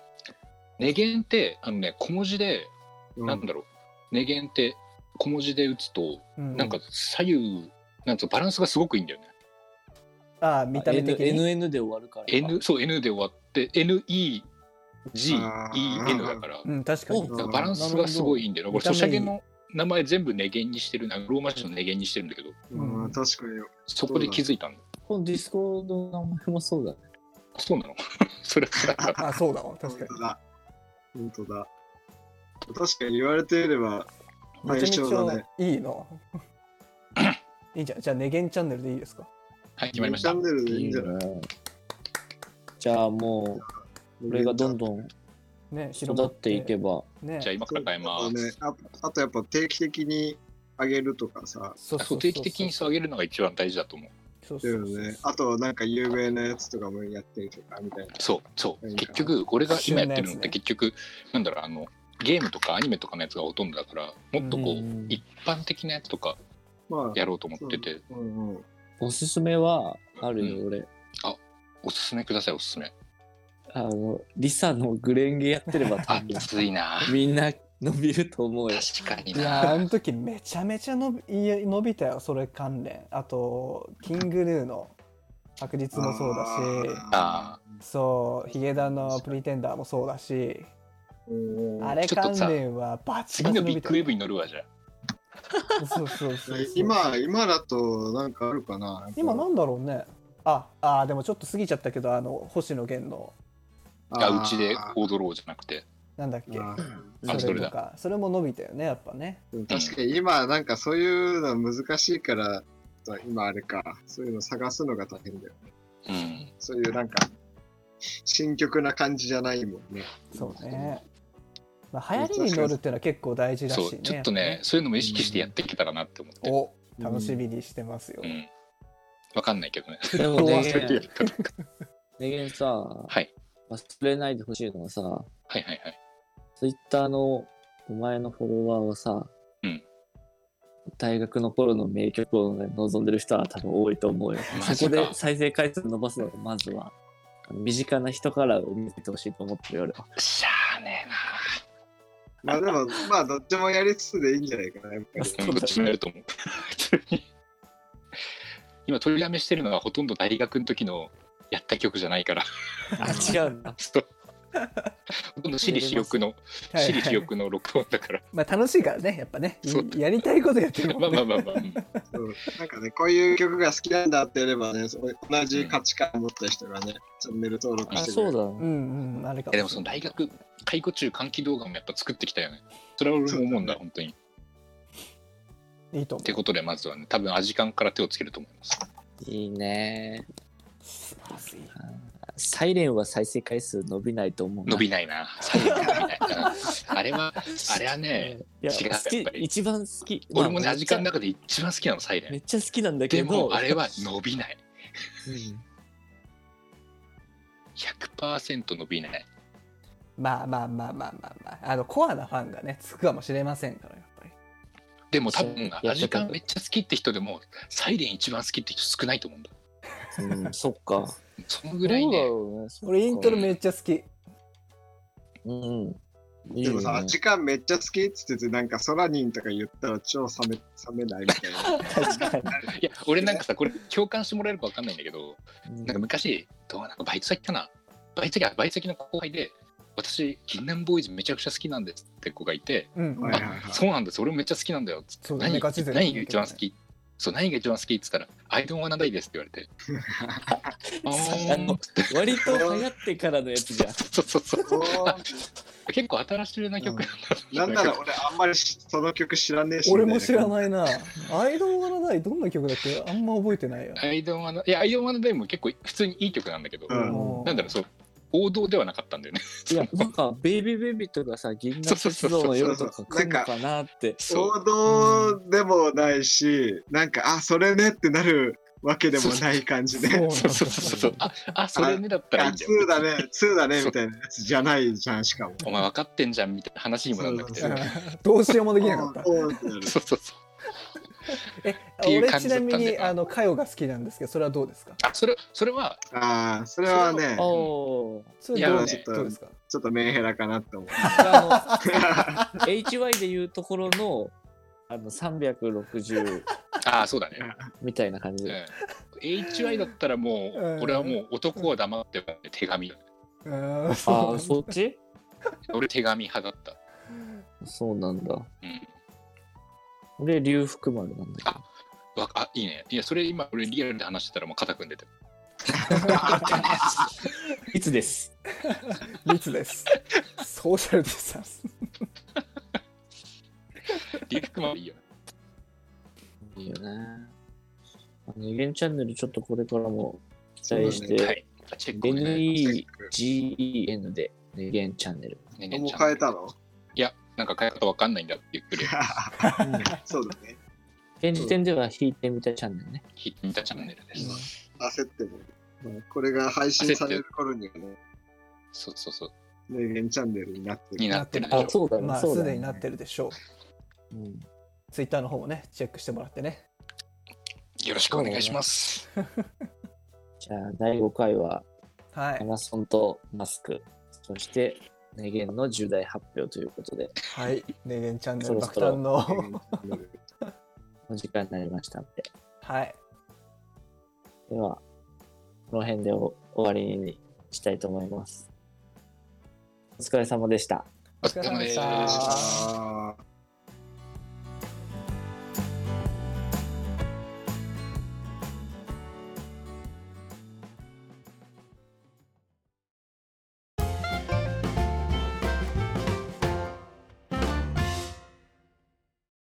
Speaker 3: レゲンって、あのね、小文字で、
Speaker 2: うん
Speaker 3: なんだろう、レゲンって、小文字で打つと、なんか左右、なんつうのバランスがすごくいいんだよね。
Speaker 4: ああ見た目的に
Speaker 1: N- ?NN で終わるから。
Speaker 3: N、そう、N で終わって、NEGEN
Speaker 2: あー
Speaker 3: だから、
Speaker 4: うん確かに
Speaker 2: お
Speaker 3: なんかバランスがすごいいいんだよな。
Speaker 4: なる
Speaker 3: 俺、
Speaker 4: ほど
Speaker 3: ソシャゲの名前全部ネゲンにしてるな、ローマ字のネゲンにしてるんだけど、
Speaker 2: うん
Speaker 4: うん
Speaker 2: 確かに
Speaker 3: そこで気づいたんだ。
Speaker 1: このディスコードの名前もそうだね。
Speaker 3: そうなの それはなんか
Speaker 4: あそうだわ確か
Speaker 2: 本
Speaker 4: に
Speaker 2: 当だ本当だ確かに言われてみれば
Speaker 4: めちゃめち
Speaker 2: だね
Speaker 4: ゃいいな。 いいじゃん。じゃあ、ネゲンチャンネルでいいですか。
Speaker 3: はい、決ま りました。
Speaker 2: チャンネルでいいんじゃない
Speaker 1: ね。じゃあもう、俺がどんどん
Speaker 4: ね、
Speaker 1: 育っていけば。
Speaker 4: ね
Speaker 3: じゃあ、今から変えま
Speaker 2: ね
Speaker 3: す。
Speaker 2: ああとやっぱ定期的に上げるとかさ
Speaker 4: そう
Speaker 3: そう定期的に下げるのが一番大事だと思う。
Speaker 4: そう
Speaker 2: だ
Speaker 4: そう
Speaker 2: よ
Speaker 4: そう
Speaker 2: ねあとなんか有名なやつとかもやってるとかみたいな
Speaker 3: そうそう
Speaker 2: うん
Speaker 3: 結局俺が今やってるのっ
Speaker 4: 旬なやつ
Speaker 3: て
Speaker 4: ね
Speaker 3: 結局なんだろうあのゲームとかアニメとかのやつがほとんどだからもっとこう、
Speaker 1: うん
Speaker 3: 一般的なやつとか
Speaker 2: まあ
Speaker 3: やろうと思ってて
Speaker 2: うんうん
Speaker 1: おすすめはあるよ、
Speaker 3: う
Speaker 1: 俺。
Speaker 3: おすすめくださいおすすめ
Speaker 1: あの、リサのグレンゲやってれば多分、
Speaker 3: 熱いな
Speaker 1: みんな伸びると思うよ。
Speaker 3: 確かに
Speaker 4: いやー
Speaker 3: な
Speaker 4: あの時めちゃめちゃ伸びいや伸びたよ、それ関連。あと、キングヌーの確実もそうだ
Speaker 3: あ
Speaker 4: し、そう、ヒゲダンのプリテンダーもそうだし、
Speaker 2: ーうんうん
Speaker 4: あれ
Speaker 3: ちょっと
Speaker 4: 関
Speaker 3: さ
Speaker 4: 連はバチ
Speaker 3: 次
Speaker 4: バチ
Speaker 3: の
Speaker 4: 伸
Speaker 3: ビ
Speaker 4: び
Speaker 3: ッ
Speaker 4: た
Speaker 3: グウェーブに乗るわじゃあ
Speaker 4: そうそうそ うそう。
Speaker 2: 今今だとなんかあるかな
Speaker 4: 今なんだろうね。あ、あーでもちょっと過ぎちゃったけど、あの、星野源の、
Speaker 3: あうちで踊ろうじゃなくて
Speaker 4: なんだっけ。
Speaker 2: あー
Speaker 3: あそれ
Speaker 4: と
Speaker 3: だ
Speaker 4: かそれも伸びたよねやっぱね
Speaker 2: でも確かに今なんかそういうの難しいから今あれかそういうの探すのが大変だよね
Speaker 3: うん
Speaker 2: そういうなんか新曲な感じじゃないもんね
Speaker 4: そうね、まあ、流行りに乗るっていうのは結構大事らしい
Speaker 3: そ
Speaker 4: ね
Speaker 3: うちょっとねそういうのも意識してやっていけたらなって思って
Speaker 4: お楽しみにしてますよ、
Speaker 3: うんわかんないけどね
Speaker 1: でも
Speaker 4: 今
Speaker 1: ね
Speaker 4: 日、
Speaker 1: ネゲンさ、
Speaker 3: はい
Speaker 1: 忘れないでほしいのはさ、
Speaker 3: はいはいはい
Speaker 1: ツイッターのお前のフォロワーはさ、
Speaker 3: うん
Speaker 1: 大学の頃の名曲を、ね、望んでる人は多分多いと思うよ
Speaker 3: マジ。か
Speaker 1: そこで再生回数伸ばすのがまずは、あの身近な人から見せてほしいと思ってるよ、俺は。
Speaker 3: しゃあね
Speaker 2: まあでもまあどっちもやりつつでいいんじゃないかなやっぱ り
Speaker 3: えなうんどっちもやると思う今取りやめしてるのはほとんど大学の時のやった曲じゃないから
Speaker 1: あ、違うんだ。
Speaker 3: そうほとんど私利私欲の私利私欲の録音だから
Speaker 4: まあ楽しいからねやっぱね
Speaker 3: そう
Speaker 4: やりたいことやってる
Speaker 3: まあ
Speaker 4: もんね
Speaker 3: まあまあま あ、うん
Speaker 2: そうなんかねこういう曲が好きなんだってやればねそう同じ価値観を持った人がねチャンネル登録
Speaker 1: あ、
Speaker 2: して
Speaker 1: そう
Speaker 2: だ
Speaker 1: だ。
Speaker 4: うんうんあれか
Speaker 3: えでもその大学解雇中換気動画もやっぱ作ってきたよねそれは俺も思うんだ本当にっ
Speaker 4: いいと思
Speaker 3: てことでまずはね多分アジカンから手をつけると思います
Speaker 1: いいね。
Speaker 4: う素晴らしい
Speaker 1: サイレンは再生回数伸びないと思うな。
Speaker 3: 伸びないな最後に伸びないうんあれはあれはね
Speaker 1: いや、
Speaker 3: 違う
Speaker 1: 好き
Speaker 3: やっぱ、り
Speaker 1: 一番好き。
Speaker 3: 俺もね
Speaker 1: まあ
Speaker 3: アジカンの中で一番好きなのサイレ
Speaker 1: めっ
Speaker 3: ン
Speaker 1: ちゃ好きなんだけ
Speaker 3: で
Speaker 1: ど。
Speaker 3: もあれは伸びない
Speaker 1: うん
Speaker 3: 100%伸びない
Speaker 4: まあまあまあまあまあまああのコアなファンがねつくかもしれませんからやっぱり
Speaker 3: でも多分
Speaker 1: そう
Speaker 3: アジカンめっちゃ好きって人でもサイレン一番好きって人少ないと思うんだ
Speaker 1: うん、そっか。
Speaker 3: そのぐらい
Speaker 1: そう
Speaker 3: ね
Speaker 1: だろうね。
Speaker 4: 俺イントロめっちゃ好き
Speaker 1: うん。いい
Speaker 2: で
Speaker 1: よ
Speaker 2: も
Speaker 1: ね
Speaker 2: さ、時間めっちゃ好きっつってて、なんかソラニンとか言ったら超冷め冷 めないみたいな。
Speaker 1: 確か
Speaker 3: いや俺なんかさこれ共感してもらえるかわかんないんだけど
Speaker 1: に。
Speaker 3: なんか昔どうなんかバイト先かなバイト先あバイト先の後輩で私銀杏ボーイズめちゃくちゃ好きなんですって子がいて、
Speaker 4: うん
Speaker 2: はいはいはい。
Speaker 3: そうなんです俺もめっちゃ好きなんだよっつって
Speaker 4: そうだね
Speaker 3: 何
Speaker 4: ガチ勢
Speaker 3: 何が一番好きそう何が一番好きって言ったら「アイドンはなんだいです」って言われて「あーん」っつって
Speaker 1: 割と流行ってからのやつ じゃん。
Speaker 3: そうそうそう
Speaker 2: おー
Speaker 3: 結構新しいな曲
Speaker 2: なんなら俺あんまりしその曲知らねえし、
Speaker 4: 俺も知ら
Speaker 2: い。
Speaker 4: ないな。アイドルがないどんな曲だっけあんま覚えてな いよ。
Speaker 3: アイドンはないやアイドンはなんだいも結構普通にいい曲なんだけど、
Speaker 2: うん
Speaker 3: なんだろうそう王道ではなかったんだよね
Speaker 1: いや、なんか、ベイビーベイビーとかさ、銀河鉄道の夜とか来るのかなって。
Speaker 3: そう
Speaker 2: 王道でもないし、なんか、あ、それねってなるわけでもない感じで。
Speaker 4: そうなんだ
Speaker 3: そうそうそうそうああそれねだったらいい
Speaker 2: あ、
Speaker 3: んだ
Speaker 2: ツ
Speaker 3: よ
Speaker 2: ーだね、ツーだねみたいなやつじゃないじゃん、しかも。
Speaker 3: お前分かってんじゃんみたいな話にもなんなくて
Speaker 2: そうそう
Speaker 4: どうしようもできなかった。
Speaker 2: おーってなる
Speaker 3: そうそうそう
Speaker 4: え、
Speaker 3: ていう
Speaker 4: 俺
Speaker 3: 感
Speaker 4: ち
Speaker 3: じだ
Speaker 4: な
Speaker 3: ったんで
Speaker 4: みに、あの、かよが好きなんですけど、それはどうですか
Speaker 3: あそれそれは
Speaker 2: ああ、それはね、
Speaker 1: おー
Speaker 4: それはどう
Speaker 3: いや
Speaker 4: どうですか
Speaker 2: ちょっとメンヘラかなって思う。
Speaker 1: あの HY でいうところのあの360
Speaker 3: ああそうだね、
Speaker 1: みたいな感じ
Speaker 3: うん
Speaker 1: で。
Speaker 3: HY だったらもう、
Speaker 4: うん
Speaker 3: 俺はもう男は黙ってもね手紙
Speaker 4: うーん
Speaker 1: ああ、
Speaker 4: そ
Speaker 1: そっち
Speaker 3: 俺手紙派だった、
Speaker 1: そうなんだ。
Speaker 3: うん、
Speaker 1: 俺、龍福丸なんだ
Speaker 3: わあいいねいやそれ今俺リアルで話してたらもう肩組んでて
Speaker 1: けど。いつです。
Speaker 4: う密です。ソーシャルディスタ ンス。
Speaker 3: リフクマいいよ
Speaker 1: いいよね。あの、イベンチャンネルちょっとこれからも期待し
Speaker 2: そう
Speaker 3: は
Speaker 1: て、
Speaker 3: いチェックお願いし
Speaker 1: NEGEN で、ネゲンチャンネル。
Speaker 3: ますねね
Speaker 2: もう
Speaker 3: ちゃん
Speaker 2: 変えたの
Speaker 3: いやなんか変え方わかんないんだってゆっ くり弾
Speaker 2: そうだね。
Speaker 1: 現時点では弾いてみたチャンネルね。
Speaker 3: いてみたチャンネルです、
Speaker 2: 焦っても。これが配信される頃にはね、
Speaker 3: そうそうそう
Speaker 2: 名言チャンネルになって
Speaker 3: に
Speaker 2: る。
Speaker 3: なってるでし
Speaker 1: あ
Speaker 3: ょ、
Speaker 1: そうだね。
Speaker 4: まあ、
Speaker 1: そう
Speaker 4: す
Speaker 1: だ
Speaker 4: でに
Speaker 1: ね
Speaker 4: なってるでしょう。
Speaker 1: うん
Speaker 4: ツイッターの方もね、チェックしてもらってね。
Speaker 3: よろしくお願いします
Speaker 1: じゃあ、第5回は、
Speaker 4: は
Speaker 1: マ
Speaker 4: い。
Speaker 1: ラソンとマスク、そして、ネゲンの重大発表ということで、
Speaker 4: はい。ネゲンチャンネ
Speaker 1: そろ
Speaker 4: ル爆
Speaker 1: そろ
Speaker 4: 誕の。
Speaker 1: お時間になりましたので、
Speaker 4: はい。
Speaker 1: では、この辺でお終わりにしたいと思います。お疲れ様でした。
Speaker 3: お疲れ様で
Speaker 4: お疲れ様で
Speaker 3: し
Speaker 4: したた
Speaker 2: あー